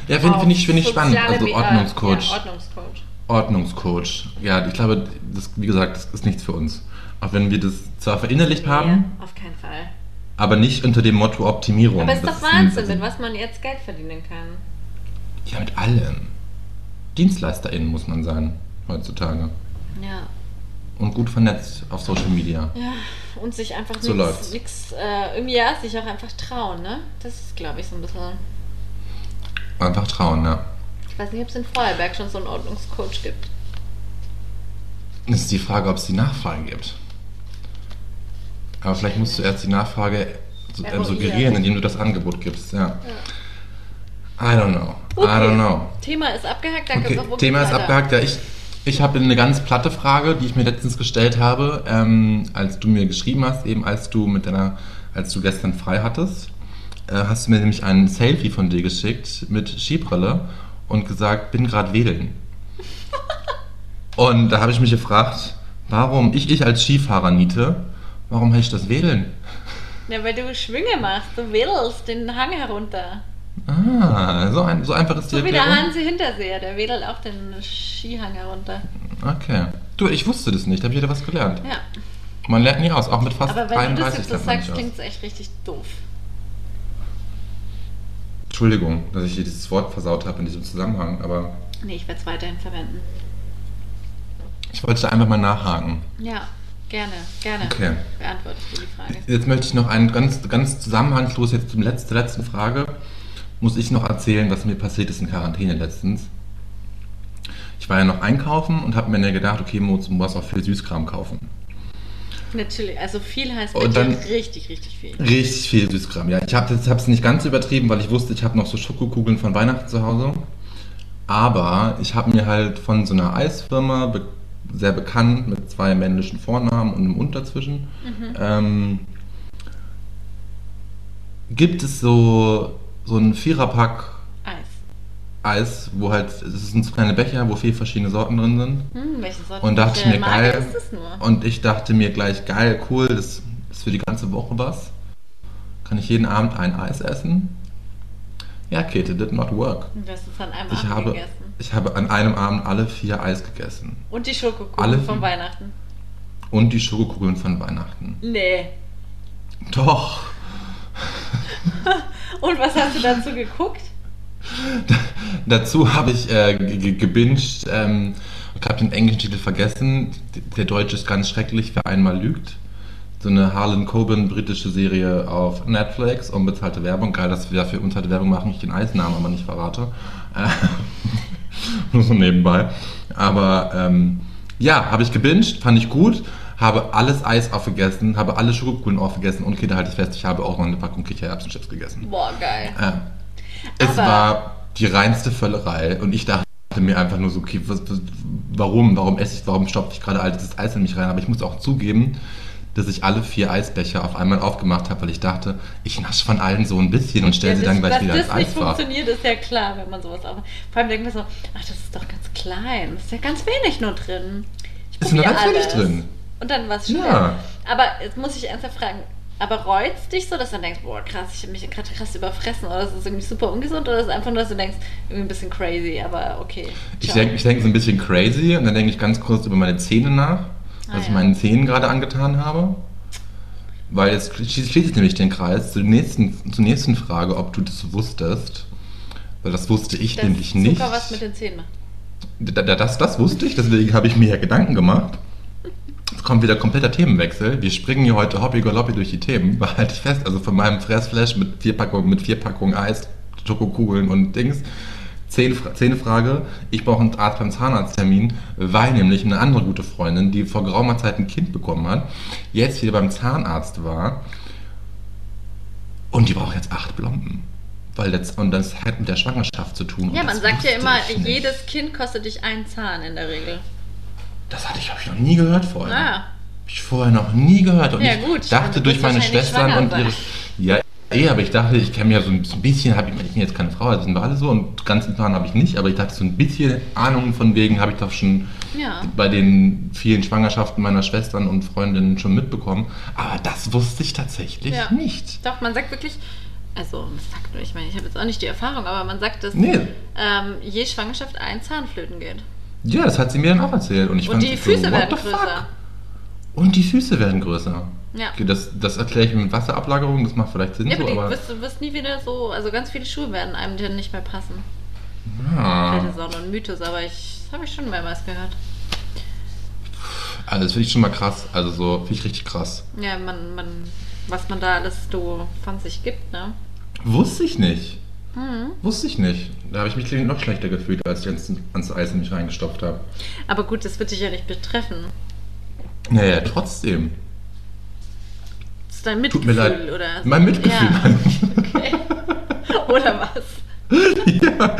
Speaker 3: Ja, finde
Speaker 2: auf
Speaker 3: find ich, find ich spannend.
Speaker 2: soziale
Speaker 3: Also
Speaker 2: Medien-
Speaker 3: Ordnungscoach.
Speaker 2: Ja, Ordnungscoach.
Speaker 3: Ordnungscoach. Ja, ich glaube, das, wie gesagt, das ist nichts für uns. Auch wenn wir das zwar verinnerlicht haben,
Speaker 2: Nee, auf keinen Fall.
Speaker 3: aber nicht unter dem Motto Optimierung.
Speaker 2: Aber es ist
Speaker 3: Das
Speaker 2: doch Wahnsinn,
Speaker 3: ein-
Speaker 2: mit was man jetzt Geld verdienen kann.
Speaker 3: Ja, mit allem. DienstleisterInnen muss man sein heutzutage.
Speaker 2: Ja.
Speaker 3: Und gut vernetzt auf Social Media.
Speaker 2: Ja, und sich einfach
Speaker 3: So läuft's.
Speaker 2: nichts, nix, äh, irgendwie ja, sich auch einfach trauen, ne? Das ist, glaube ich, so ein bisschen.
Speaker 3: Einfach trauen, ne?
Speaker 2: Ich weiß nicht, ob es in Feuerberg schon so einen Ordnungscoach gibt.
Speaker 3: Es ist die Frage, ob es die Nachfrage gibt. Aber vielleicht musst du erst die Nachfrage so- ähm,
Speaker 2: Eruieren.
Speaker 3: suggerieren, indem du das Angebot gibst. Ja. I don't know. I don't know.
Speaker 2: Thema ist abgehakt, danke.
Speaker 3: Okay, Thema ist abgehakt. Ja, ich, ich habe eine ganz platte Frage, die ich mir letztens gestellt habe, ähm, als du mir geschrieben hast, eben als du mit deiner, als du gestern frei hattest, äh, hast du mir nämlich ein Selfie von dir geschickt mit Skibrille und gesagt, bin gerade wedeln. und da habe ich mich gefragt, warum ich, ich als Skifahrer niete, warum hätte ich das wedeln?
Speaker 2: Ja, weil du Schwünge machst, du wedelst den Hang herunter.
Speaker 3: Ah, so, ein, so einfach ist die
Speaker 2: So wie der
Speaker 3: Erklärung.
Speaker 2: Hansi Hinterseher, der wedelt auch den Skihang herunter.
Speaker 3: Okay. Du, ich wusste das nicht, da habe ich wieder was gelernt.
Speaker 2: Ja.
Speaker 3: Man lernt nie aus, auch mit fast
Speaker 2: Aber wenn du das
Speaker 3: 33
Speaker 2: jetzt so
Speaker 3: lernt man nicht
Speaker 2: sagst,
Speaker 3: aus.
Speaker 2: klingt es echt richtig doof.
Speaker 3: Entschuldigung, dass ich hier dieses Wort versaut habe in diesem Zusammenhang, aber
Speaker 2: Nee, ich werde es weiterhin verwenden.
Speaker 3: Ich wollte da einfach mal nachhaken.
Speaker 2: Ja, gerne, gerne.
Speaker 3: Okay.
Speaker 2: Beantworte ich dir die Frage.
Speaker 3: Jetzt möchte ich noch einen ganz, ganz zusammenhangslos jetzt zum letzten, zur letzten Frage. Muss ich noch erzählen, was mir passiert ist in Quarantäne letztens? Ich war ja noch einkaufen und habe mir dann gedacht, okay, Mo, du musst auch viel Süßkram kaufen.
Speaker 2: Natürlich, also viel heißt
Speaker 3: Und
Speaker 2: bitte
Speaker 3: dann-
Speaker 2: richtig, richtig viel.
Speaker 3: Richtig viel Süßkram, ja. Ich habe es nicht ganz übertrieben, weil ich wusste, ich habe noch so Schokokugeln von Weihnachten zu Hause. Aber ich habe mir halt von so einer Eisfirma, be sehr bekannt, mit zwei männlichen Vornamen und einem Und dazwischen, ähm, gibt es so, so einen Viererpack
Speaker 2: Eis.
Speaker 3: Eis, wo halt, es sind so kleine Becher, wo vier verschiedene Sorten drin sind.
Speaker 2: Hm, welche Sorte?
Speaker 3: Und dachte ich
Speaker 2: welche
Speaker 3: mir,
Speaker 2: Marke
Speaker 3: geil.
Speaker 2: Ist das nur?
Speaker 3: Und ich dachte mir gleich, geil, cool, das ist für die ganze Woche was. Kann ich jeden Abend ein Eis essen? Ja, Käthe, did not work.
Speaker 2: Und das ist an einem
Speaker 3: Ich
Speaker 2: Abend
Speaker 3: habe,
Speaker 2: gegessen.
Speaker 3: ich habe an einem Abend alle vier Eis gegessen.
Speaker 2: Und die Schokokugeln
Speaker 3: Alle-
Speaker 2: von Weihnachten.
Speaker 3: Und die Schokokugeln von Weihnachten.
Speaker 2: Nee.
Speaker 3: Doch,
Speaker 2: Und was hast du dazu geguckt?
Speaker 3: dazu habe ich äh, ge- ge- gebinged. Ähm, ich habe den englischen Titel vergessen. D- Der deutsche ist ganz schrecklich, wer einmal lügt. So eine Harlan Coben britische Serie auf Netflix, unbezahlte Werbung. Geil, dass wir dafür unbezahlte Werbung machen, ich den Eisnamen aber nicht verrate. Äh, Nur so nebenbei. Aber ähm, ja, habe ich gebinged, fand ich gut. Habe alles Eis aufgegessen, habe alle Schokokugeln aufgegessen und Kinder halte ich fest, ich habe auch noch eine Packung Kichererbsenchips gegessen.
Speaker 2: Boah, geil.
Speaker 3: Ja. Ähm, Es
Speaker 2: Aber-
Speaker 3: war die reinste Völlerei und ich dachte mir einfach nur so, okay, was, was, warum, warum esse ich, warum stopfe ich gerade all dieses Eis in mich rein? Aber ich muss auch zugeben, dass ich alle vier Eisbecher auf einmal aufgemacht habe, weil ich dachte, ich nasche von allen so ein bisschen und stelle
Speaker 2: Ja,
Speaker 3: sie
Speaker 2: das-
Speaker 3: dann gleich
Speaker 2: dass
Speaker 3: wieder ins
Speaker 2: das nicht
Speaker 3: Eis war.
Speaker 2: funktioniert, ist ja klar, wenn man sowas aufmacht. Vor allem denkt man so, ach, das ist doch ganz klein. Das ist ja ganz wenig nur drin. Ich
Speaker 3: Ist nur
Speaker 2: probier
Speaker 3: ganz wenig
Speaker 2: alles.
Speaker 3: drin.
Speaker 2: Und dann war es schnell.
Speaker 3: Ja.
Speaker 2: Aber jetzt muss ich ernsthaft fragen, aber reut's dich so, dass du dann denkst, boah, krass, ich habe mich gerade krass überfressen oder das ist irgendwie super ungesund oder ist es einfach nur, dass du denkst, irgendwie ein bisschen crazy, aber okay.
Speaker 3: Ich
Speaker 2: ciao.
Speaker 3: denke ich denk so ein bisschen crazy und dann denke ich ganz kurz über meine Zähne nach, was
Speaker 2: Ah,
Speaker 3: ich
Speaker 2: ja.
Speaker 3: meinen Zähnen gerade angetan habe. Weil jetzt schließt schließt sich nämlich den Kreis zur nächsten, zur nächsten Frage, ob du das wusstest. Weil das wusste ich
Speaker 2: dass
Speaker 3: nämlich
Speaker 2: Zucker
Speaker 3: nicht.
Speaker 2: was mit den Zähnen macht.
Speaker 3: Da- da- Das, das wusste ich, deswegen habe ich mir ja Gedanken gemacht. Jetzt kommt wieder kompletter Themenwechsel. Wir springen hier heute Hobby Galoppi durch die Themen, weil halte ich fest, also von meinem Fressflash mit vier Packungen, mit vier Packungen Eis, Schokokugeln und Dings. Zehn, Fra- zehn Frage. Ich brauche einen Arzt beim Zahnarzttermin, weil nämlich eine andere gute Freundin, die vor geraumer Zeit ein Kind bekommen hat, jetzt wieder beim Zahnarzt war und die braucht jetzt acht Blomben. Weil das, und das hat mit der Schwangerschaft zu tun. und
Speaker 2: Ja,
Speaker 3: das
Speaker 2: man sagt ja
Speaker 3: wusste
Speaker 2: immer,
Speaker 3: ich nicht.
Speaker 2: jedes Kind kostet dich einen Zahn in der Regel.
Speaker 3: Das hatte ich, glaube ich, noch nie gehört vorher.
Speaker 2: Ah.
Speaker 3: Hab ich vorher noch nie gehört. Und
Speaker 2: Ja,
Speaker 3: ich
Speaker 2: gut, dann
Speaker 3: dachte
Speaker 2: wird
Speaker 3: durch
Speaker 2: es
Speaker 3: meine
Speaker 2: wahrscheinlich
Speaker 3: Schwestern
Speaker 2: schwanger
Speaker 3: und
Speaker 2: sein.
Speaker 3: ihre. Ja, eh, aber ich dachte, ich kenne mich ja so ein bisschen, hab ich, ich bin jetzt keine Frau, also sind wir alle so und ganzen Plan habe ich nicht, aber ich dachte, so ein bisschen Ahnung von wegen habe ich doch schon
Speaker 2: Ja.
Speaker 3: bei den vielen Schwangerschaften meiner Schwestern und Freundinnen schon mitbekommen. Aber das wusste ich tatsächlich
Speaker 2: Ja.
Speaker 3: nicht.
Speaker 2: Doch, man sagt wirklich, also was sagt nur, ich meine, ich habe jetzt auch nicht die Erfahrung, aber man sagt, dass
Speaker 3: Nee.
Speaker 2: ähm, je Schwangerschaft ein Zahnflöten geht.
Speaker 3: Ja, das hat sie mir dann auch erzählt. Und ich
Speaker 2: Und
Speaker 3: fand
Speaker 2: die
Speaker 3: so,
Speaker 2: Füße
Speaker 3: what
Speaker 2: werden
Speaker 3: the
Speaker 2: größer.
Speaker 3: Fuck? Und die Füße werden größer.
Speaker 2: Ja.
Speaker 3: Okay, Das, das erkläre ich mit Wasserablagerung, das macht vielleicht Sinn
Speaker 2: Ja,
Speaker 3: so,
Speaker 2: aber du
Speaker 3: aber.
Speaker 2: wirst, du wirst nie wieder so, also ganz viele Schuhe werden einem dann nicht mehr passen.
Speaker 3: Ah.
Speaker 2: Vielleicht ist es auch nur ein Mythos, aber ich, das habe ich schon mehrmals gehört.
Speaker 3: Also das finde ich schon mal krass. Also so, finde ich richtig krass.
Speaker 2: Ja, man, man, was man da alles so von sich gibt, ne?
Speaker 3: Wusste ich nicht.
Speaker 2: Mhm.
Speaker 3: Wusste ich nicht. Da habe ich mich noch schlechter gefühlt, als ich ans, ans Eis in mich reingestopft habe.
Speaker 2: Aber gut, das wird dich ja nicht betreffen.
Speaker 3: Naja, trotzdem.
Speaker 2: Das ist dein
Speaker 3: Tut
Speaker 2: Mitgefühl,
Speaker 3: mir leid.
Speaker 2: oder?
Speaker 3: Mein Mitgefühl.
Speaker 2: Also, Ja, okay. oder was?
Speaker 3: Ja.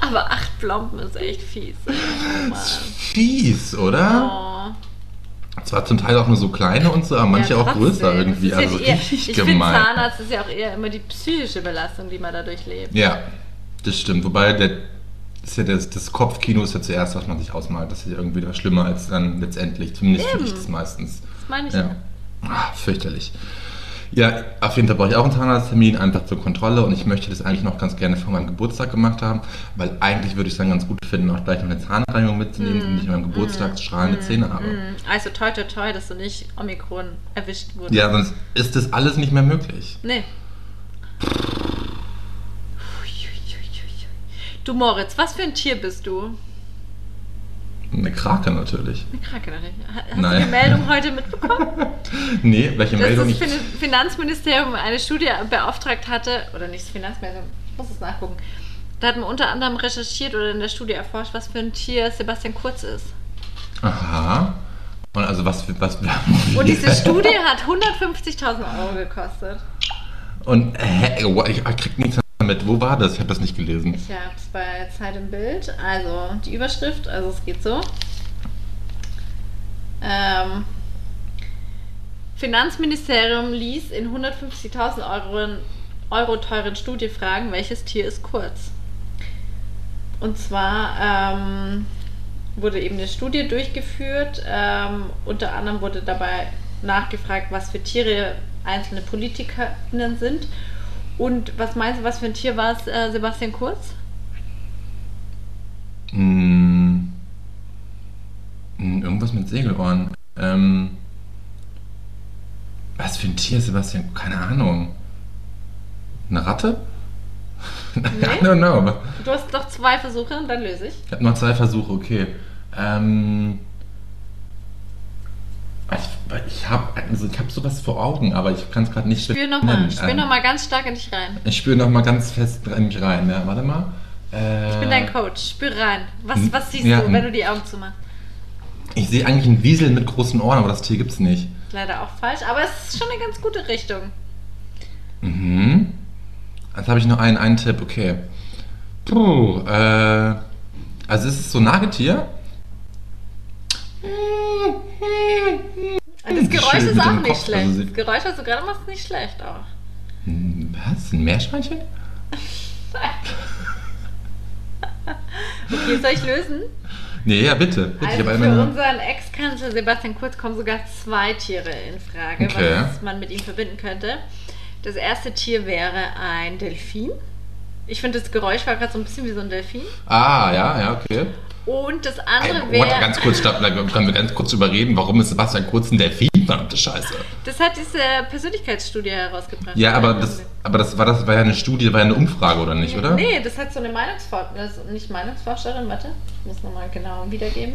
Speaker 2: Aber acht Blomben ist echt fies. ey. Mann.
Speaker 3: Fies, oder?
Speaker 2: Oh.
Speaker 3: Zwar zum Teil auch nur so kleine und so, aber manche
Speaker 2: Ja,
Speaker 3: auch
Speaker 2: trotzdem.
Speaker 3: größer irgendwie.
Speaker 2: Das ist
Speaker 3: also
Speaker 2: ja eher,
Speaker 3: richtig
Speaker 2: ich finde,
Speaker 3: gemein.
Speaker 2: Zahnarzt ist ja auch eher immer die psychische Belastung, die man dadurch lebt.
Speaker 3: Ja, das stimmt. Wobei der, ist ja das, das Kopfkino ist ja zuerst, was man sich ausmalt. Das ist ja irgendwie noch schlimmer als dann letztendlich. Zumindest finde ich
Speaker 2: Eben.
Speaker 3: das meistens.
Speaker 2: Das meine ich.
Speaker 3: Ja. Ah, fürchterlich. Ja, auf jeden Fall brauche ich auch einen Zahnarzttermin, einfach zur Kontrolle. Und ich möchte das eigentlich noch ganz gerne vor meinem Geburtstag gemacht haben, weil eigentlich würde ich es dann ganz gut finden, auch gleich noch eine Zahnreinigung mitzunehmen,
Speaker 2: Mhm.
Speaker 3: damit ich an meinem Geburtstag strahlende Zähne habe.
Speaker 2: Hm, Also toi, toi, toi, dass du nicht Omikron erwischt wurdest.
Speaker 3: Ja, sonst ist das alles nicht mehr möglich.
Speaker 2: Nee. Ui, ui, ui, ui, ui. Du Moritz, was für ein Tier bist du?
Speaker 3: Eine Krake natürlich.
Speaker 2: Eine Krake natürlich. Ha- Hast
Speaker 3: Nein.
Speaker 2: du die Meldung heute mitbekommen?
Speaker 3: Nee, welche
Speaker 2: dass
Speaker 3: Meldung
Speaker 2: das
Speaker 3: ich.
Speaker 2: fin Finanzministerium eine Studie beauftragt hatte, oder nicht das Finanzministerium, ich muss es nachgucken. Da hat man unter anderem recherchiert oder in der Studie erforscht, was für ein Tier Sebastian Kurz ist.
Speaker 3: Aha. Und also was für was
Speaker 2: Und diese Studie hat 150.000 Euro gekostet.
Speaker 3: Und hä, oh, ich, ich krieg nichts damit. Wo war das? Ich habe das nicht gelesen.
Speaker 2: Ich habe es bei Zeit im Bild. Also die Überschrift, also es geht so. Ähm, Finanzministerium ließ in 150.000 Euro, Euro teuren Studie fragen, welches Tier ist kurz. Und zwar ähm, wurde eben eine Studie durchgeführt. Ähm, unter anderem wurde dabei nachgefragt, was für Tiere einzelne Politikerinnen sind. Und was meinst du, was für ein Tier war es, äh, Sebastian Kurz?
Speaker 3: Hm. Hm, Irgendwas mit Segelohren. Ähm. Was für ein Tier, Sebastian? Keine Ahnung. Eine Ratte? I don't know.
Speaker 2: Du hast noch zwei Versuche und dann löse ich.
Speaker 3: Ich habe noch zwei Versuche, okay. Ähm. Ich, ich habe also ich hab sowas vor Augen, aber ich kann es gerade nicht
Speaker 2: Spür nochmal,
Speaker 3: benennen.
Speaker 2: spür
Speaker 3: Ähm,
Speaker 2: nochmal ganz stark in dich rein.
Speaker 3: Ich spüre nochmal ganz fest in mich rein. Ne? Warte mal. Äh,
Speaker 2: Ich bin dein Coach, spür rein. Was,
Speaker 3: Hm.
Speaker 2: was siehst
Speaker 3: Ja,
Speaker 2: du,
Speaker 3: hm.
Speaker 2: wenn du die Augen zumachst?
Speaker 3: Ich sehe eigentlich einen Wiesel mit großen Ohren, aber das Tier gibt's nicht.
Speaker 2: Leider auch falsch, aber es ist schon eine ganz gute Richtung.
Speaker 3: Mhm. Jetzt habe ich noch einen, einen Tipp, okay. Puh, äh, also ist es so ein Nagetier?
Speaker 2: Und das Geräusch
Speaker 3: Hm, Schön
Speaker 2: ist
Speaker 3: mit
Speaker 2: auch
Speaker 3: dem
Speaker 2: nicht
Speaker 3: Kopf,
Speaker 2: schlecht.
Speaker 3: also sie-
Speaker 2: das Geräusch, was du gerade machst, ist nicht schlecht auch.
Speaker 3: Hm, Was? Ein Meerschweinchen?
Speaker 2: Okay, soll ich lösen?
Speaker 3: Nee, ja, bitte. bitte ich
Speaker 2: Also
Speaker 3: hab
Speaker 2: für
Speaker 3: einmal-
Speaker 2: unseren Ex-Kanzler Sebastian Kurz kommen sogar zwei Tiere in Frage,
Speaker 3: Okay.
Speaker 2: was man mit ihm verbinden könnte. Das erste Tier wäre ein Delfin. Ich finde, das Geräusch war gerade so ein bisschen wie so ein Delfin.
Speaker 3: ah, ja, ja, okay.
Speaker 2: Und das
Speaker 3: Ey,
Speaker 2: andere
Speaker 3: warte, ganz
Speaker 2: wäre...
Speaker 3: kurz, stopp, da können wir ganz kurz überreden, warum ist Sebastian Kurz ein Delfin? Verdammte Scheiße.
Speaker 2: Das hat diese Persönlichkeitsstudie herausgebracht. Also
Speaker 3: Ja, aber das, aber das war das war ja eine Studie, war ja eine Umfrage, oder nicht, oder?
Speaker 2: Nee, das hat so eine Meinungsforscherin, nicht Meinungsforscherin, warte, ich muss nochmal genau wiedergeben.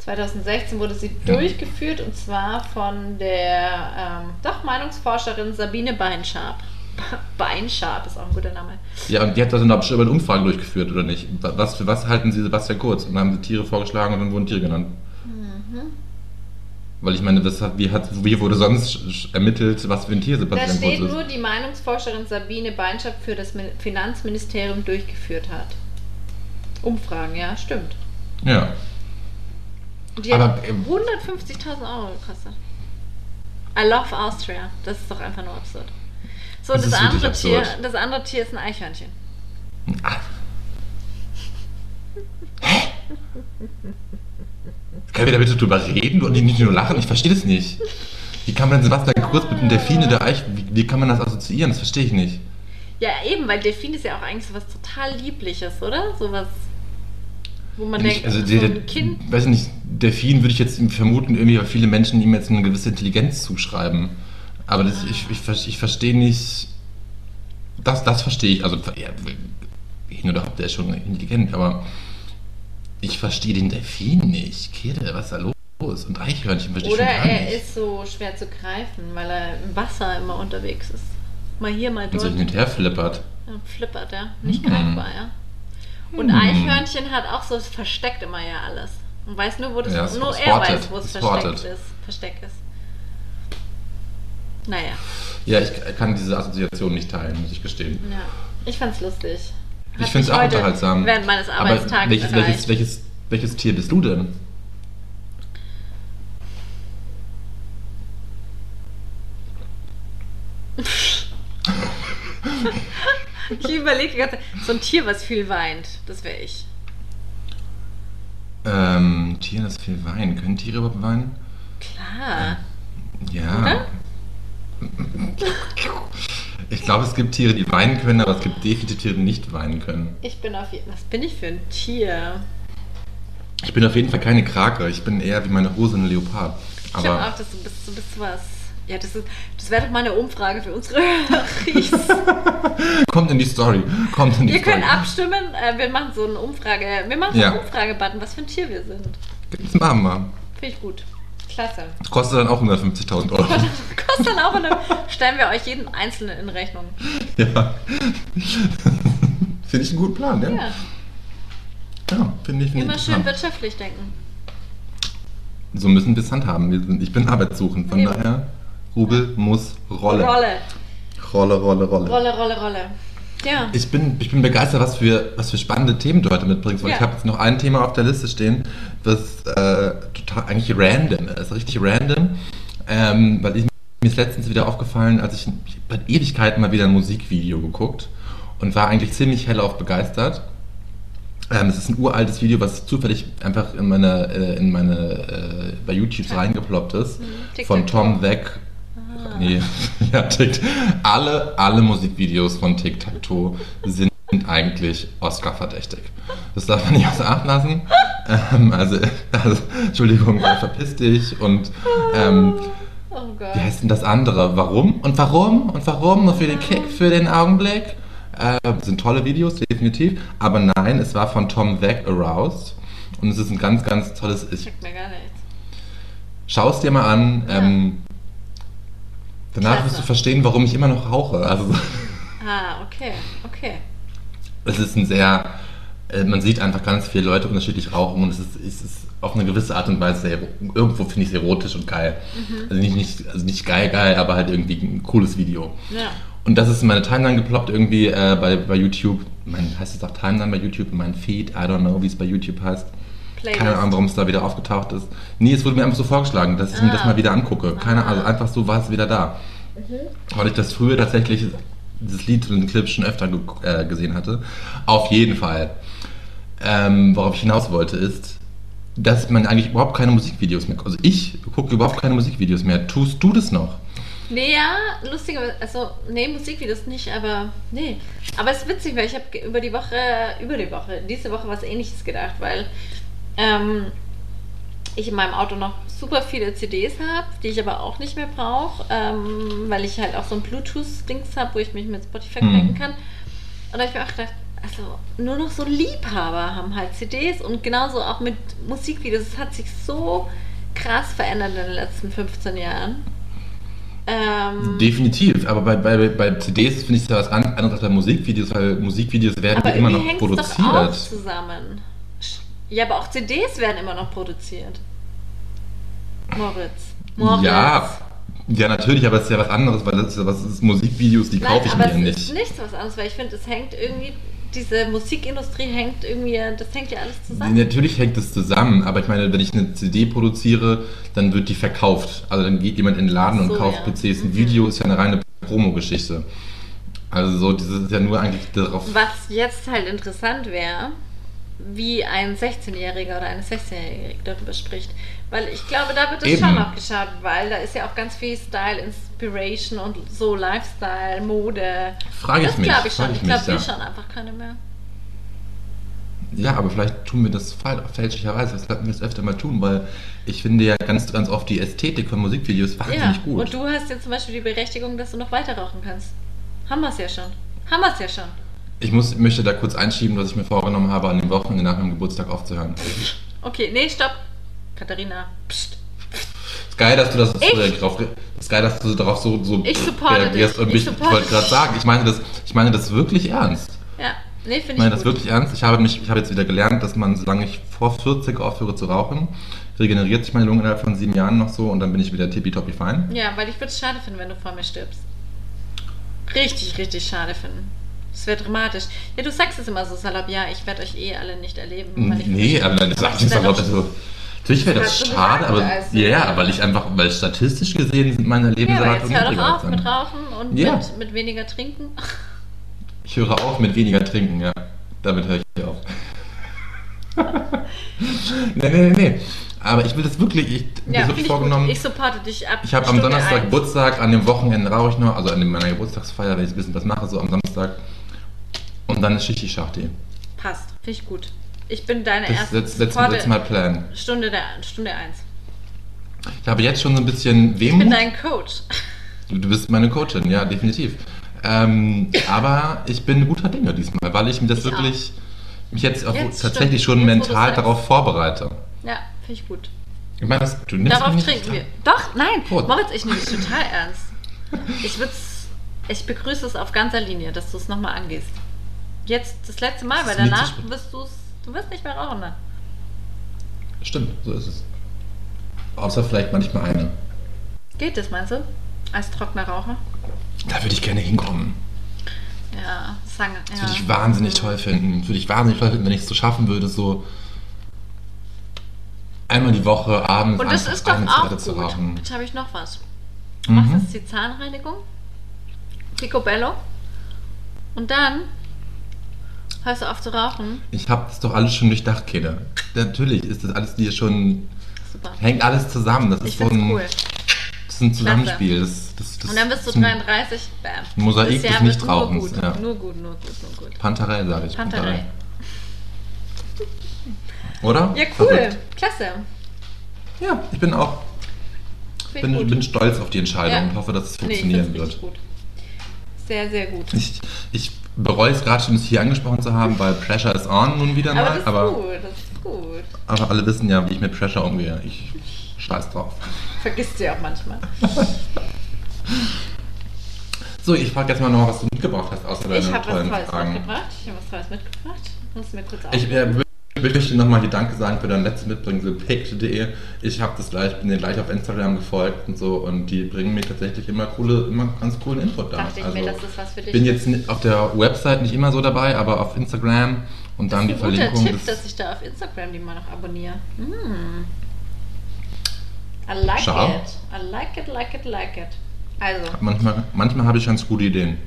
Speaker 2: 2016 wurde sie durchgeführt und zwar von der ähm, doch Meinungsforscherin Sabine Beinscharp. Beinscharp ist auch ein guter Name.
Speaker 3: Ja, und die hat also eine über eine Umfrage durchgeführt, oder nicht? Was, für was halten Sie Sebastian Kurz? Und dann haben sie Tiere vorgeschlagen und dann wurden Tiere genannt. Weil ich meine, das hat, wie, hat, wie wurde sonst sch- sch- ermittelt, was für ein Tier
Speaker 2: Da
Speaker 3: Sebastian
Speaker 2: steht
Speaker 3: Kurz
Speaker 2: nur,
Speaker 3: ist?
Speaker 2: die Meinungsforscherin Sabine Beinscharp für das Min- Finanzministerium durchgeführt hat. Umfragen, ja, stimmt.
Speaker 3: Ja.
Speaker 2: Und Die hat
Speaker 3: Aber, ähm,
Speaker 2: 150.000 Euro gekostet. I love Austria. Das ist doch einfach nur absurd. So,
Speaker 3: Das
Speaker 2: das,
Speaker 3: ist wirklich
Speaker 2: andere Tier,
Speaker 3: absurd.
Speaker 2: das andere Tier ist ein Eichhörnchen.
Speaker 3: Ah. Hä? Können wir da bitte drüber reden und nicht nur lachen? Ich verstehe das nicht. Wie kann man denn Sebastian Kurz mit einem Delfin in der Eich... Wie, wie kann man das assoziieren? Das verstehe ich nicht.
Speaker 2: Ja, eben, weil Delfin ist ja auch eigentlich sowas total Liebliches, oder? Sowas, wo man
Speaker 3: Ich-
Speaker 2: denkt,
Speaker 3: also
Speaker 2: ach,
Speaker 3: der,
Speaker 2: so
Speaker 3: der,
Speaker 2: ein Kind.
Speaker 3: weiß ich nicht, Delfin würde ich jetzt vermuten, irgendwie, weil viele Menschen ihm jetzt eine gewisse Intelligenz zuschreiben. Aber das, ich, ich, ver- ich verstehe nicht. Das, das verstehe ich. Also, ja, hin oder habt der ist schon intelligent, aber ich verstehe den Delfin nicht. Kede, was ist da los? Und Eichhörnchen verstehe ich
Speaker 2: Oder
Speaker 3: schon gar
Speaker 2: er
Speaker 3: nicht.
Speaker 2: ist so schwer zu greifen, weil er im Wasser immer unterwegs ist. Mal hier, mal
Speaker 3: und
Speaker 2: dort.
Speaker 3: so hin und her flippert.
Speaker 2: Ja, flippert, ja. Nicht
Speaker 3: Hm.
Speaker 2: greifbar, ja. Und
Speaker 3: Hm.
Speaker 2: Eichhörnchen hat auch so, es versteckt immer ja alles. Und weiß nur, wo das,
Speaker 3: Ja, es
Speaker 2: nur er
Speaker 3: sportet,
Speaker 2: weiß, wo es
Speaker 3: es
Speaker 2: versteckt
Speaker 3: sportet.
Speaker 2: ist. Versteckt ist. Naja,
Speaker 3: Ja, ich kann diese Assoziation nicht teilen, muss ich gestehen.
Speaker 2: ja. Ich fand's lustig. Hat
Speaker 3: ich finde es
Speaker 2: mich
Speaker 3: auch
Speaker 2: heute
Speaker 3: unterhaltsam.
Speaker 2: Während meines
Speaker 3: Aber
Speaker 2: Arbeitstages
Speaker 3: welches, welches,
Speaker 2: erreicht.
Speaker 3: welches, welches Tier bist du denn?
Speaker 2: Ich überlege die ganze Zeit, so ein Tier, was viel weint, das wäre ich.
Speaker 3: Ähm, Tier, das viel weinen. Können Tiere überhaupt weinen?
Speaker 2: Klar.
Speaker 3: Ja.
Speaker 2: Oder?
Speaker 3: Ich glaube, es gibt Tiere, die weinen können, aber es gibt definitiv Tiere, die nicht weinen können.
Speaker 2: Ich bin auf jeden Was bin ich für ein Tier?
Speaker 3: Ich bin auf jeden Fall keine Krake. Ich bin eher wie meine Hose ein Leopard.
Speaker 2: Ich glaube
Speaker 3: Aber
Speaker 2: auch, dass du bist, du bist was Ja, das, ist- das wäre doch mal eine Umfrage für unsere Hörer.
Speaker 3: Kommt in die Story. Kommt in die
Speaker 2: Ihr
Speaker 3: Story.
Speaker 2: könnt abstimmen. Äh, wir machen so eine Umfrage. Wir machen so einen
Speaker 3: Ja.
Speaker 2: Umfrage-Button, was für ein Tier wir sind.
Speaker 3: Das machen wir.
Speaker 2: Finde ich gut. Klasse.
Speaker 3: Das kostet dann auch 150.000 Euro.
Speaker 2: Kostet dann auch eine. Stellen wir euch jeden Einzelnen in Rechnung.
Speaker 3: ja. finde ich einen guten Plan, ja?
Speaker 2: Ja,
Speaker 3: Ja, finde ich. Find
Speaker 2: immer
Speaker 3: ich
Speaker 2: schön
Speaker 3: interessant.
Speaker 2: wirtschaftlich denken.
Speaker 3: So müssen wir es handhaben. Wir sind, ich bin arbeitssuchend, von
Speaker 2: Eben.
Speaker 3: daher Rubel muss rollen.
Speaker 2: Rolle.
Speaker 3: Rolle, Rolle, Rolle.
Speaker 2: Rolle, Rolle, Rolle. Ja.
Speaker 3: Ich bin, ich bin begeistert, was für, was für spannende Themen du heute mitbringst, weil
Speaker 2: Ja.
Speaker 3: ich habe jetzt noch ein Thema auf der Liste stehen, was äh, total eigentlich random ist, richtig random, ähm, weil ich, mir ist letztens wieder aufgefallen, als ich, ich hab seit Ewigkeiten mal wieder ein Musikvideo geguckt und war eigentlich ziemlich hellauf begeistert. Ähm, es ist ein uraltes Video, was zufällig einfach in meine, äh, in meine äh, bei YouTube reingeploppt ist,
Speaker 2: Tic
Speaker 3: von
Speaker 2: Tac
Speaker 3: Tom
Speaker 2: Toe.
Speaker 3: Beck. Nee, ja, Tic, alle, alle Musikvideos von Tic Tac Toe sind eigentlich Oscar-verdächtig. Das darf man nicht außer Acht lassen. Ähm, also, also, Entschuldigung, äh, verpiss dich und ähm,
Speaker 2: Oh Gott.
Speaker 3: wie heißt denn das andere? Warum? Und warum? Und warum? Nur für den Kick, für den Augenblick? Äh, das sind tolle Videos, definitiv. Aber nein, es war von Tom Weck Aroused. Und es ist ein ganz, ganz tolles. Ich
Speaker 2: Sagt mir gar nichts.
Speaker 3: schau es dir mal an. Ähm, danach
Speaker 2: Klasse.
Speaker 3: wirst du verstehen, warum ich immer noch rauche. Also,
Speaker 2: Ah, okay, okay.
Speaker 3: es ist ein sehr. äh, Man sieht einfach ganz viele Leute unterschiedlich rauchen und es ist, es ist auf eine gewisse Art und Weise sehr, irgendwo finde ich es erotisch und geil.
Speaker 2: Mhm.
Speaker 3: Also, nicht, nicht, also nicht geil, geil, aber halt irgendwie ein cooles Video.
Speaker 2: Ja.
Speaker 3: Und das ist in meine Timeline geploppt irgendwie äh, bei, bei YouTube. Mein, heißt es auch Timeline bei YouTube? Mein Feed? I don't know, wie es bei YouTube heißt.
Speaker 2: Playlist.
Speaker 3: Keine Ahnung, warum es da wieder aufgetaucht ist. Nee, es wurde mir einfach so vorgeschlagen, dass ich mir
Speaker 2: Ah.
Speaker 3: das mal wieder angucke. Keine Ahnung, einfach so war es wieder da.
Speaker 2: Mhm.
Speaker 3: Weil ich das früher tatsächlich, dieses Lied und den Clip schon öfter ge äh, gesehen hatte. Auf jeden Fall. Ähm, worauf ich hinaus wollte ist, dass man eigentlich überhaupt keine Musikvideos mehr Also ich gucke überhaupt keine Musikvideos mehr. Tust du das noch?
Speaker 2: Nee, ja, lustigerweise, also, nee, Musikvideos nicht, aber, nee. Aber es ist witzig, weil ich habe über die Woche, über die Woche, diese Woche was ähnliches gedacht, weil ähm, ich in meinem Auto noch super viele CDs habe, die ich aber auch nicht mehr brauche, ähm, weil ich halt auch so ein Bluetooth-Dings habe, wo ich mich mit Spotify
Speaker 3: Mhm.
Speaker 2: connecten kann. Und da habe ich mir auch gedacht, also nur noch so Liebhaber haben halt CDs und genauso auch mit Musikvideos. Es hat sich so krass verändert in den letzten 15 Jahren. Ähm,
Speaker 3: Definitiv, aber bei, bei, bei CDs finde ich es ja was an- anderes als bei Musikvideos, weil Musikvideos werden
Speaker 2: aber
Speaker 3: ja immer
Speaker 2: irgendwie
Speaker 3: noch
Speaker 2: hängt es doch auch
Speaker 3: produziert.
Speaker 2: zusammen. Ja, aber auch CDs werden immer noch produziert. Moritz. Moritz.
Speaker 3: Ja, ja, natürlich, aber es ist ja was anderes, weil das ist, ja was ist Musikvideos, die kaufe ich
Speaker 2: aber
Speaker 3: mir
Speaker 2: es
Speaker 3: nicht.
Speaker 2: ist nichts was anderes, weil ich finde, es hängt irgendwie, diese Musikindustrie hängt irgendwie, das hängt ja alles zusammen.
Speaker 3: Natürlich hängt es zusammen, aber ich meine, wenn ich eine CD produziere, dann wird die verkauft. Also dann geht jemand in den Laden
Speaker 2: So,
Speaker 3: und kauft
Speaker 2: ja.
Speaker 3: PCs. Ein
Speaker 2: Mhm.
Speaker 3: Video ist ja eine reine Promo-Geschichte. Also so, dieses ist ja nur eigentlich darauf.
Speaker 2: Was jetzt halt interessant wäre, wie ein 16-Jähriger oder eine 16-Jährige darüber spricht. Weil ich glaube, da wird es
Speaker 3: Eben.
Speaker 2: schon noch geschaut, weil da ist ja auch ganz viel Style, Inspiration und so Lifestyle, Mode.
Speaker 3: Frage ich
Speaker 2: das
Speaker 3: mich.
Speaker 2: glaube ich
Speaker 3: frage
Speaker 2: schon. Ich
Speaker 3: mich,
Speaker 2: glaube, wir
Speaker 3: ja.
Speaker 2: schauen einfach keine mehr.
Speaker 3: Ja, aber vielleicht tun wir das fal- fälschlicherweise. Das sollten wir es öfter mal tun, weil ich finde ja ganz, ganz oft die Ästhetik von Musikvideos wahnsinnig
Speaker 2: ja,
Speaker 3: gut.
Speaker 2: und du hast ja zum Beispiel die Berechtigung, dass du noch weiter rauchen kannst. Haben wir es ja schon. Haben wir es ja schon.
Speaker 3: ich muss, möchte da kurz einschieben, was ich mir vorgenommen habe, an dem Wochenende nach meinem Geburtstag aufzuhören.
Speaker 2: Okay, nee, stopp. Katharina, pst.
Speaker 3: Ist geil, dass du das so
Speaker 2: Ich-
Speaker 3: drauf, ist geil, dass du darauf so, so
Speaker 2: Ich supporte dich.
Speaker 3: Und
Speaker 2: Ich
Speaker 3: ich
Speaker 2: supporte
Speaker 3: wollte gerade
Speaker 2: dich.
Speaker 3: sagen, ich meine das, ich meine das wirklich ernst.
Speaker 2: Ja, nee, finde ich
Speaker 3: Ich meine
Speaker 2: gut.
Speaker 3: das wirklich ernst. Ich habe, mich, ich habe jetzt wieder gelernt, dass man, solange ich vor 40 aufhöre zu rauchen, regeneriert sich meine Lunge innerhalb von sieben Jahren noch so und dann bin ich wieder tippitoppi fein.
Speaker 2: Ja, weil ich würde es schade finden, wenn du vor mir stirbst. Richtig, richtig schade finden. Das wäre dramatisch. Ja, du sagst es immer so salopp, ja, ich werde euch eh alle nicht erleben. weil ich
Speaker 3: Hm, Nee, aber das sagt jetzt
Speaker 2: Wär
Speaker 3: aber
Speaker 2: doch-
Speaker 3: also, Natürlich wäre das
Speaker 2: Hast du
Speaker 3: schade,
Speaker 2: gesagt,
Speaker 3: aber
Speaker 2: also-
Speaker 3: ja, ja, weil ich einfach, weil statistisch gesehen sind meine
Speaker 2: Ja, aber jetzt
Speaker 3: Lebenserwartungen
Speaker 2: hör
Speaker 3: niedriger
Speaker 2: doch auf
Speaker 3: als
Speaker 2: mit
Speaker 3: deine.
Speaker 2: Rauchen und
Speaker 3: Ja.
Speaker 2: mit, mit weniger Trinken.
Speaker 3: Ich höre auf mit weniger trinken, ja. Damit höre ich auf. nee, nee, nee, nee. Aber ich will das wirklich, ich
Speaker 2: Ja,
Speaker 3: mir ist
Speaker 2: find
Speaker 3: wirklich
Speaker 2: ich gut.
Speaker 3: vorgenommen.
Speaker 2: Ich supporte dich ab.
Speaker 3: Ich habe am
Speaker 2: Stunde
Speaker 3: Donnerstag
Speaker 2: eins.
Speaker 3: Geburtstag, an dem Wochenende rauche ich noch, also an dem- meiner Geburtstagsfeier, wenn ich ein bisschen was mache, so am Samstag. Und dann ist Schichti Schachti.
Speaker 2: Passt. Finde ich gut. Ich bin deine
Speaker 3: Das
Speaker 2: erste
Speaker 3: ist das letzte,
Speaker 2: Supporte-
Speaker 3: letzte Mal Plan.
Speaker 2: Stunde, der, Stunde eins.
Speaker 3: Ich habe jetzt schon so ein bisschen
Speaker 2: Ich bin
Speaker 3: Wehmut.
Speaker 2: dein Coach.
Speaker 3: Du bist meine Coachin, ja, definitiv. Ähm, aber ich bin guter Dinge diesmal, weil ich mir das
Speaker 2: Ich
Speaker 3: wirklich, mich jetzt, auch
Speaker 2: Jetzt
Speaker 3: tatsächlich
Speaker 2: stimmt.
Speaker 3: schon
Speaker 2: Jetzt, wo du
Speaker 3: mental
Speaker 2: sagst.
Speaker 3: darauf vorbereite.
Speaker 2: Ja, finde ich gut.
Speaker 3: Ich meine, das, du nimmst
Speaker 2: Darauf
Speaker 3: mich nicht- Oh.
Speaker 2: trinken wir. Doch, nein,
Speaker 3: Gut.
Speaker 2: Moritz, ich nehme es total ernst. Ich würd's, ich begrüße es auf ganzer Linie, dass du es nochmal angehst. Jetzt das letzte Mal,
Speaker 3: Das
Speaker 2: weil
Speaker 3: ist mir zu
Speaker 2: danach
Speaker 3: spät.
Speaker 2: wirst du's, du wirst nicht mehr rauchen dann.
Speaker 3: Stimmt, so ist es. Außer vielleicht manchmal eine.
Speaker 2: Geht das, meinst du? Als trockener Raucher?
Speaker 3: Da würde ich gerne hinkommen.
Speaker 2: Ja, Sange.
Speaker 3: Das
Speaker 2: Ja.
Speaker 3: würde ich wahnsinnig toll finden. Das würde ich wahnsinnig toll finden, wenn ich es so schaffen würde, so einmal die Woche abends
Speaker 2: Und das
Speaker 3: einfach
Speaker 2: ist doch
Speaker 3: eine
Speaker 2: auch
Speaker 3: Zigarette zu
Speaker 2: gut.
Speaker 3: rauchen.
Speaker 2: Jetzt habe ich noch was. Du
Speaker 3: Mhm.
Speaker 2: machst jetzt die Zahnreinigung, Picobello und dann hörst du auf zu rauchen.
Speaker 3: Ich habe das doch alles schon durchdacht, Kede. Natürlich ist das alles dir schon,
Speaker 2: Super.
Speaker 3: hängt alles zusammen. Das
Speaker 2: Ich
Speaker 3: ist so
Speaker 2: find's
Speaker 3: ein,
Speaker 2: cool.
Speaker 3: das ist ein Zusammenspiel. Das, das, das,
Speaker 2: Und dann bist du
Speaker 3: das ist ein
Speaker 2: 33, bam.
Speaker 3: Mosaik
Speaker 2: Das
Speaker 3: des
Speaker 2: Jahr wird
Speaker 3: Nichtrauchens,
Speaker 2: Nur gut,
Speaker 3: ja.
Speaker 2: nur gut, nur gut, nur gut.
Speaker 3: Panterei, sage ich.
Speaker 2: Panterei.
Speaker 3: Oder?
Speaker 2: Ja, cool.
Speaker 3: Verrückt.
Speaker 2: Klasse.
Speaker 3: Ja, ich bin auch
Speaker 2: Finde ich
Speaker 3: bin,
Speaker 2: gut.
Speaker 3: bin stolz auf die Entscheidung
Speaker 2: Ja.
Speaker 3: und hoffe, dass es
Speaker 2: nee, ich
Speaker 3: funktionieren
Speaker 2: find's richtig
Speaker 3: wird.
Speaker 2: gut. Sehr, sehr gut.
Speaker 3: Ich, ich bereue es gerade schon, es hier angesprochen zu haben, weil Pressure is on nun wieder
Speaker 2: Aber das
Speaker 3: mal.
Speaker 2: ist
Speaker 3: Aber,
Speaker 2: gut, das ist gut.
Speaker 3: aber alle wissen ja, wie ich mit Pressure umgehe. Ich scheiß drauf.
Speaker 2: Vergisst du ja auch manchmal.
Speaker 3: So, ich frage jetzt mal noch, was du mitgebracht hast, außer
Speaker 2: Ich
Speaker 3: deine
Speaker 2: habe was
Speaker 3: tollen
Speaker 2: Tolles
Speaker 3: Fragen.
Speaker 2: mitgebracht. Ich habe was Tolles mitgebracht. Kannst du mir kurz
Speaker 3: Ich
Speaker 2: aufmachen?
Speaker 3: äh, wür- möchte nochmal dir Danke sagen für dein letztes Mitbringsel, picked.de. Ich habe das gleich, bin dir gleich auf Instagram gefolgt und so und die bringen mir tatsächlich immer coole, immer ganz coolen Input da.
Speaker 2: Dachte ich mir, das ist was für dich.
Speaker 3: also bin jetzt ni- auf der Website nicht immer so dabei, aber auf Instagram und dann die
Speaker 2: das ist ein guter
Speaker 3: Verlinkung.
Speaker 2: Tipp, dass
Speaker 3: des-
Speaker 2: ich da auf Instagram die mal noch abonniere. Mm. I like
Speaker 3: Schau.
Speaker 2: it. I like it, like it, like it. Also,
Speaker 3: manchmal manchmal habe ich ganz gute Ideen.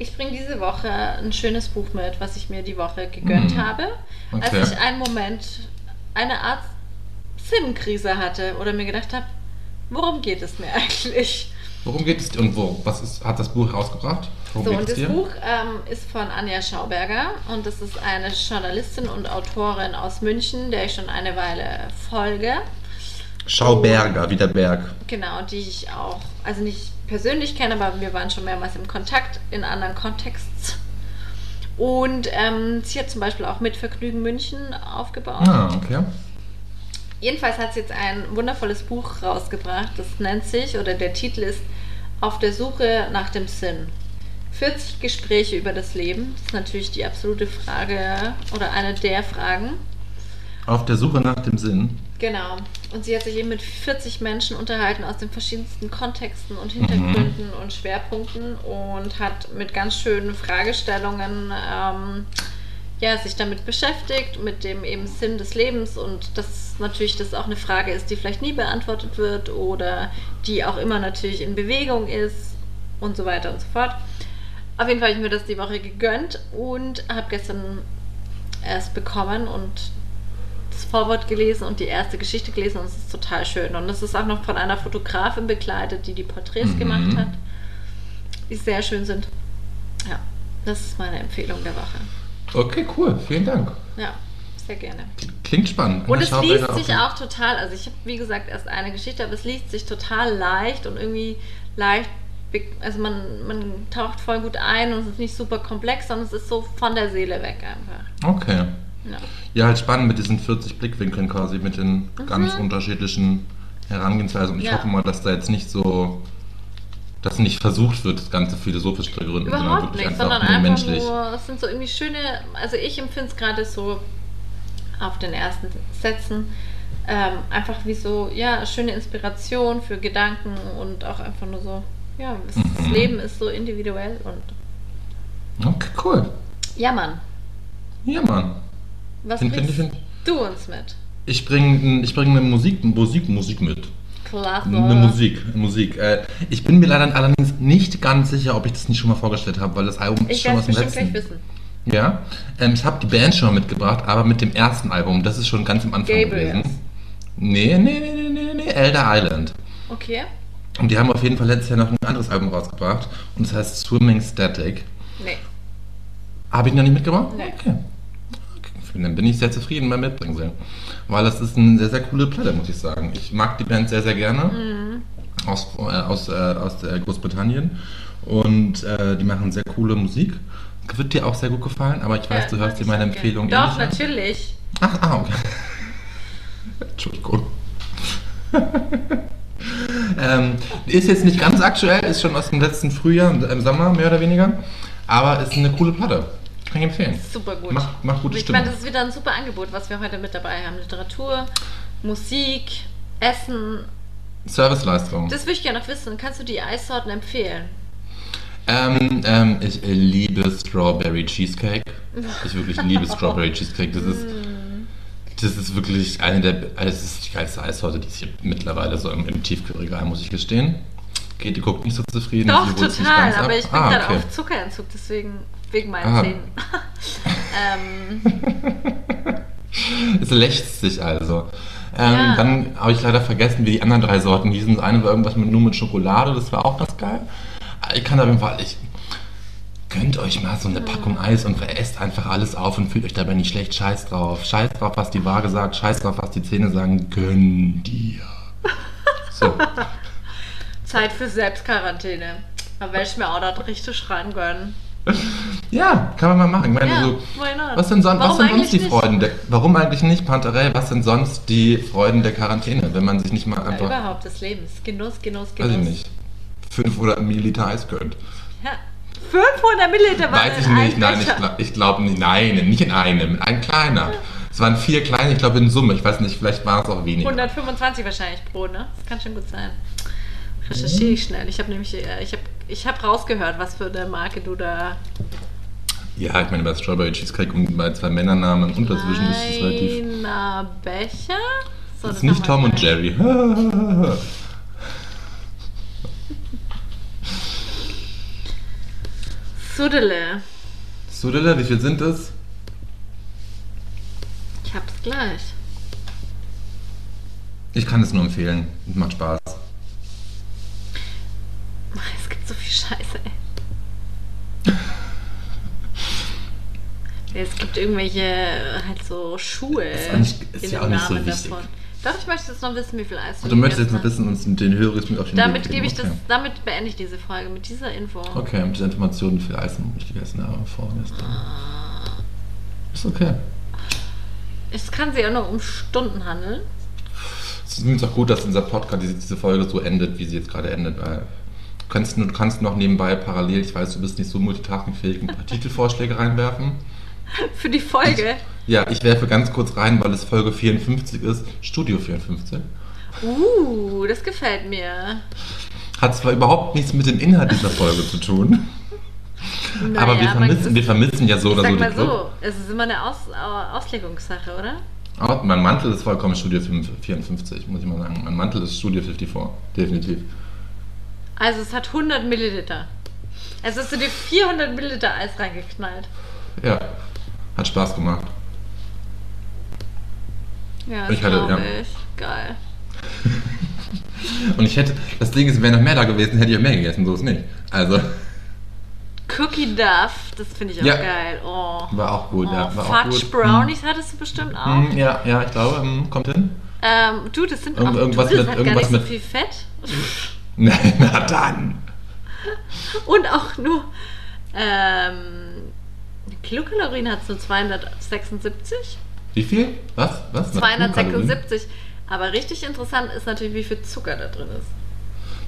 Speaker 2: ich bringe diese Woche ein schönes Buch mit, was ich mir die Woche gegönnt
Speaker 3: Mm.
Speaker 2: habe, als
Speaker 3: Okay.
Speaker 2: ich einen Moment eine Art Sim-Krise hatte oder mir gedacht habe, worum geht es mir eigentlich?
Speaker 3: Worum geht es dir und wo? Was ist, hat das Buch rausgebracht? Worum
Speaker 2: So,
Speaker 3: geht
Speaker 2: und
Speaker 3: es
Speaker 2: das
Speaker 3: dir?
Speaker 2: Buch ähm, ist von Anja Schauberger und das ist eine Journalistin und Autorin aus München, der ich schon eine Weile folge.
Speaker 3: Schauberger, wie der Berg.
Speaker 2: Genau, die ich auch, also nicht persönlich kenne, aber wir waren schon mehrmals im Kontakt in anderen Kontexts. Und ähm, sie hat zum Beispiel auch mit Vergnügen München aufgebaut.
Speaker 3: Ah, okay.
Speaker 2: Jedenfalls hat sie jetzt ein wundervolles Buch rausgebracht. Das nennt sich, oder der Titel ist Auf der Suche nach dem Sinn. 40 Gespräche über das Leben. Das ist natürlich die absolute Frage oder eine der Fragen.
Speaker 3: Auf der Suche nach dem Sinn.
Speaker 2: Genau. Und sie hat sich eben mit 40 Menschen unterhalten aus den verschiedensten Kontexten und Hintergründen und Schwerpunkten und hat mit ganz schönen Fragestellungen ähm, ja, sich damit beschäftigt, mit dem eben Sinn des Lebens und dass natürlich das auch eine Frage ist, die vielleicht nie beantwortet wird oder die auch immer natürlich in Bewegung ist und so weiter und so fort. Auf jeden Fall habe ich mir das die Woche gegönnt und habe gestern erst bekommen und das Vorwort gelesen und die erste Geschichte gelesen und es ist total schön. Und es ist auch noch von einer Fotografin begleitet, die die Porträts
Speaker 3: Mhm.
Speaker 2: gemacht hat, die sehr schön sind. Ja, das ist meine Empfehlung der Woche.
Speaker 3: Okay, cool. Vielen Dank.
Speaker 2: Ja, sehr gerne.
Speaker 3: Klingt spannend.
Speaker 2: Und
Speaker 3: Anna
Speaker 2: es liest
Speaker 3: Schauberger
Speaker 2: sich
Speaker 3: auf-
Speaker 2: auch total, also ich habe wie gesagt erst eine Geschichte, aber es liest sich total leicht und irgendwie leicht, be- also man, man taucht voll gut ein und es ist nicht super komplex, sondern es ist so von der Seele weg einfach.
Speaker 3: Okay.
Speaker 2: Ja.
Speaker 3: Ja, halt spannend mit diesen 40 Blickwinkeln quasi, mit den ganz unterschiedlichen Herangehensweisen. Und ich
Speaker 2: Mhm. Ja.
Speaker 3: hoffe mal, dass da jetzt nicht so, dass nicht versucht wird, das Ganze philosophisch zu gründen,
Speaker 2: Überhaupt
Speaker 3: genau, wirklich
Speaker 2: nicht, sondern
Speaker 3: nur
Speaker 2: einfach nur, es sind so irgendwie schöne, also ich empfinde es gerade so auf den ersten Sätzen, ähm, einfach wie so, ja, schöne Inspiration für Gedanken und auch einfach nur so, ja, es, das
Speaker 3: Mhm.
Speaker 2: Leben ist so individuell und
Speaker 3: Okay, cool.
Speaker 2: ja, Mann.
Speaker 3: Ja, Mann.
Speaker 2: Was
Speaker 3: Find-
Speaker 2: bringst
Speaker 3: find ich-
Speaker 2: du uns mit?
Speaker 3: Ich bringe ich bring eine Musik, Musik, Musik mit.
Speaker 2: Klasse.
Speaker 3: Eine Musik, Musik. Äh, ich bin mir leider allerdings nicht ganz sicher, ob ich das nicht schon mal vorgestellt habe, weil das Album ist
Speaker 2: Ich
Speaker 3: schon
Speaker 2: werde es
Speaker 3: aus dem
Speaker 2: bestimmt gleich
Speaker 3: letzten.
Speaker 2: wissen.
Speaker 3: Ja, ähm, ich habe die Band schon mal mitgebracht, aber mit dem ersten Album, das ist schon ganz am Anfang
Speaker 2: Gabriels.
Speaker 3: gewesen. Nee, nee, nee, nee, nee, nee, Elder Island.
Speaker 2: Okay,
Speaker 3: Und die haben auf jeden Fall letztes Jahr noch ein anderes Album rausgebracht und das heißt Swimming Static.
Speaker 2: nee.
Speaker 3: Habe ich noch nicht mitgebracht?
Speaker 2: Nee.
Speaker 3: Okay. okay. dann bin ich sehr zufrieden beim Mitbringsel. Weil das ist eine sehr, sehr coole Platte, muss ich sagen. Ich mag die Band sehr, sehr gerne.
Speaker 2: Mhm.
Speaker 3: Aus, äh, aus, äh, aus äh, Großbritannien. Und äh, die machen sehr coole Musik. Wird dir auch sehr gut gefallen, aber ich weiß, du hörst dir meine Empfehlung
Speaker 2: Doch,
Speaker 3: eh nicht an.
Speaker 2: natürlich.
Speaker 3: Ach, ah, okay. Entschuldigung. ähm, ist jetzt nicht ganz aktuell, ist schon aus dem letzten Frühjahr, im Sommer mehr oder weniger. Aber ist eine coole Platte. Kann ich empfehlen.
Speaker 2: Super gut.
Speaker 3: Macht, macht gute
Speaker 2: ich
Speaker 3: Stimmung.
Speaker 2: meine, das ist wieder ein super Angebot, was wir heute mit dabei haben. Literatur, Musik, Essen.
Speaker 3: Serviceleistung.
Speaker 2: Das würde ich gerne noch wissen. Kannst du die Eissorten empfehlen?
Speaker 3: Ähm, ähm, ich liebe Strawberry Cheesecake. Ich wirklich liebe Strawberry Cheesecake. Das ist, das ist wirklich eine der, das ist die geilste Eissorte, die es hier mittlerweile so im, im Tiefkühlregal, muss ich gestehen. Geht, guckt nicht so zufrieden.
Speaker 2: Doch,
Speaker 3: sie holt sich
Speaker 2: total.
Speaker 3: ganz ab.
Speaker 2: Aber ich bin
Speaker 3: ah,
Speaker 2: gerade
Speaker 3: okay.
Speaker 2: auf Zuckerentzug, deswegen wegen meinen
Speaker 3: Ah.
Speaker 2: Zähnen. ähm,
Speaker 3: Es lächzt sich also. Ähm,
Speaker 2: Ja.
Speaker 3: Dann habe ich leider vergessen, wie die anderen drei Sorten hießen. Das eine war irgendwas mit, nur mit Schokolade, das war auch ganz geil. Ich kann auf jeden Fall, ich gönnt euch mal so eine Packung Eis und esst einfach alles auf und fühlt euch dabei nicht schlecht. Scheiß drauf. Scheiß drauf, was die Waage sagt. Scheiß drauf, was die Zähne sagen. Gönn dir. So.
Speaker 2: Zeit für Selbstquarantäne. Da werde ich mir auch das richtig reingönnen.
Speaker 3: Ja, kann man mal machen. Ich meine,
Speaker 2: Ja,
Speaker 3: so,
Speaker 2: why not?
Speaker 3: was sind, son was
Speaker 2: Warum
Speaker 3: sind sonst
Speaker 2: eigentlich
Speaker 3: die
Speaker 2: nicht?
Speaker 3: Freuden der, Warum eigentlich nicht, Pantarell? Was sind sonst die Freuden der Quarantäne, wenn man sich nicht mal
Speaker 2: Ja,
Speaker 3: einfach
Speaker 2: überhaupt des Lebens. Genuss, Genuss, Genuss.
Speaker 3: Weiß ich nicht. 500 Milliliter Eis könnt.
Speaker 2: Ja. 500 Milliliter waren
Speaker 3: Weiß ich
Speaker 2: in einem
Speaker 3: nicht, nein, ich,
Speaker 2: Becher.
Speaker 3: glaub- ich glaube nicht. Nein, nicht in einem, ein kleiner. Es waren vier kleine, ich glaube in Summe. Ich weiß nicht, vielleicht waren es auch weniger.
Speaker 2: 125 wahrscheinlich pro, ne? Das kann schon gut sein. Recherchiere ich schnell. Ich habe nämlich, äh, ich habe ich hab rausgehört, was für eine Marke du da.
Speaker 3: Ja, ich meine, bei Strawberry Cheesecake und bei zwei Männernamen und dazwischen ist es relativ.
Speaker 2: Kleiner Becher? So,
Speaker 3: Das ist
Speaker 2: kann
Speaker 3: nicht
Speaker 2: man
Speaker 3: Tom und
Speaker 2: sagen.
Speaker 3: Jerry.
Speaker 2: Sudele.
Speaker 3: So, Dilla, wie viel sind es?
Speaker 2: Ich hab's gleich.
Speaker 3: Ich kann es nur empfehlen. Macht Spaß.
Speaker 2: Ach, Es gibt so viel Scheiße, ey. Es gibt irgendwelche äh, halt so Schuhe.
Speaker 3: Ist eigentlich- ist
Speaker 2: in
Speaker 3: ja
Speaker 2: dem
Speaker 3: auch nicht so
Speaker 2: Namen
Speaker 3: wichtig.
Speaker 2: Doch, ich möchte jetzt noch wissen, wie viel Eis
Speaker 3: Du möchtest jetzt noch wissen, uns den höre ich mir auf den Weg
Speaker 2: Damit
Speaker 3: geben.
Speaker 2: gebe ich das,
Speaker 3: Okay.
Speaker 2: damit beende ich diese Frage mit dieser Info.
Speaker 3: Okay, und diese Informationen für Eis und ich gegessen habe vorgestern. Ist okay.
Speaker 2: Es kann sich auch noch um Stunden handeln.
Speaker 3: Es ist auch gut, dass unser Podcast diese, diese Folge so endet, wie sie jetzt gerade endet, weil du kannst, du kannst noch nebenbei parallel, ich weiß, du bist nicht so multitaskingfähig, ein paar Titelvorschläge reinwerfen.
Speaker 2: Für die Folge.
Speaker 3: Ja, ich werfe ganz kurz rein, weil es Folge 54 ist, Studio 54.
Speaker 2: Uh, das gefällt mir.
Speaker 3: Hat zwar überhaupt nichts mit dem Inhalt dieser Folge zu tun,
Speaker 2: Naja,
Speaker 3: aber wir
Speaker 2: man-
Speaker 3: vermissen, wir vermissen ja so
Speaker 2: Ich
Speaker 3: oder so
Speaker 2: sag
Speaker 3: den
Speaker 2: mal
Speaker 3: Club.
Speaker 2: so, es ist immer eine Aus, äh, Auslegungssache, oder?
Speaker 3: Aber mein Mantel ist vollkommen Studio 54, muss ich mal sagen. Mein Mantel ist Studio 54, definitiv.
Speaker 2: Also es hat 100 Milliliter. Es ist in die 400 Milliliter Eis reingeknallt.
Speaker 3: Ja, hat Spaß gemacht.
Speaker 2: Ja, das
Speaker 3: Ich hatte-
Speaker 2: glaub
Speaker 3: ja.
Speaker 2: ich. Geil.
Speaker 3: Und ich hätte, das Ding ist, wäre noch mehr da gewesen, hätte ich auch mehr gegessen, so ist nicht. Also,
Speaker 2: Cookie Duff, das finde ich auch
Speaker 3: Ja.
Speaker 2: geil. Oh.
Speaker 3: war auch gut,
Speaker 2: oh
Speaker 3: ja. War auch
Speaker 2: Fudge
Speaker 3: gut. Mhm.
Speaker 2: Brownies hattest du bestimmt auch.
Speaker 3: Hm, ja, ja, ich glaube, hm, kommt hin.
Speaker 2: Ähm, du, das sind
Speaker 3: Irgend-
Speaker 2: auch
Speaker 3: irgendwas
Speaker 2: du, das
Speaker 3: mit-
Speaker 2: hat
Speaker 3: irgendwas
Speaker 2: gar nicht
Speaker 3: mit-
Speaker 2: so viel Fett.
Speaker 3: Na, na dann.
Speaker 2: Und auch nur ähm, Kilokalorien hat es nur 276.
Speaker 3: Wie viel? Was? Was? Na, Kalorien?
Speaker 2: 276. Aber richtig interessant ist natürlich, wie viel Zucker da drin ist.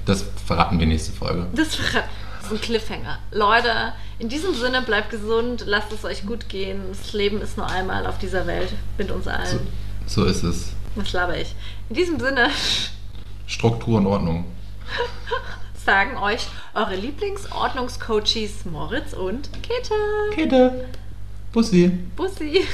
Speaker 3: Das verraten wir nächste Folge.
Speaker 2: Das war das ist ein Cliffhanger. Leute, in diesem Sinne bleibt gesund, lasst es euch gut gehen. Das Leben ist nur einmal auf dieser Welt mit uns allen.
Speaker 3: So, so ist es.
Speaker 2: Was laber ich? In diesem Sinne
Speaker 3: Struktur und Ordnung.
Speaker 2: sagen euch eure Lieblingsordnungscoaches Moritz und Käthe.
Speaker 3: Käthe. Bussi.
Speaker 2: Bussi.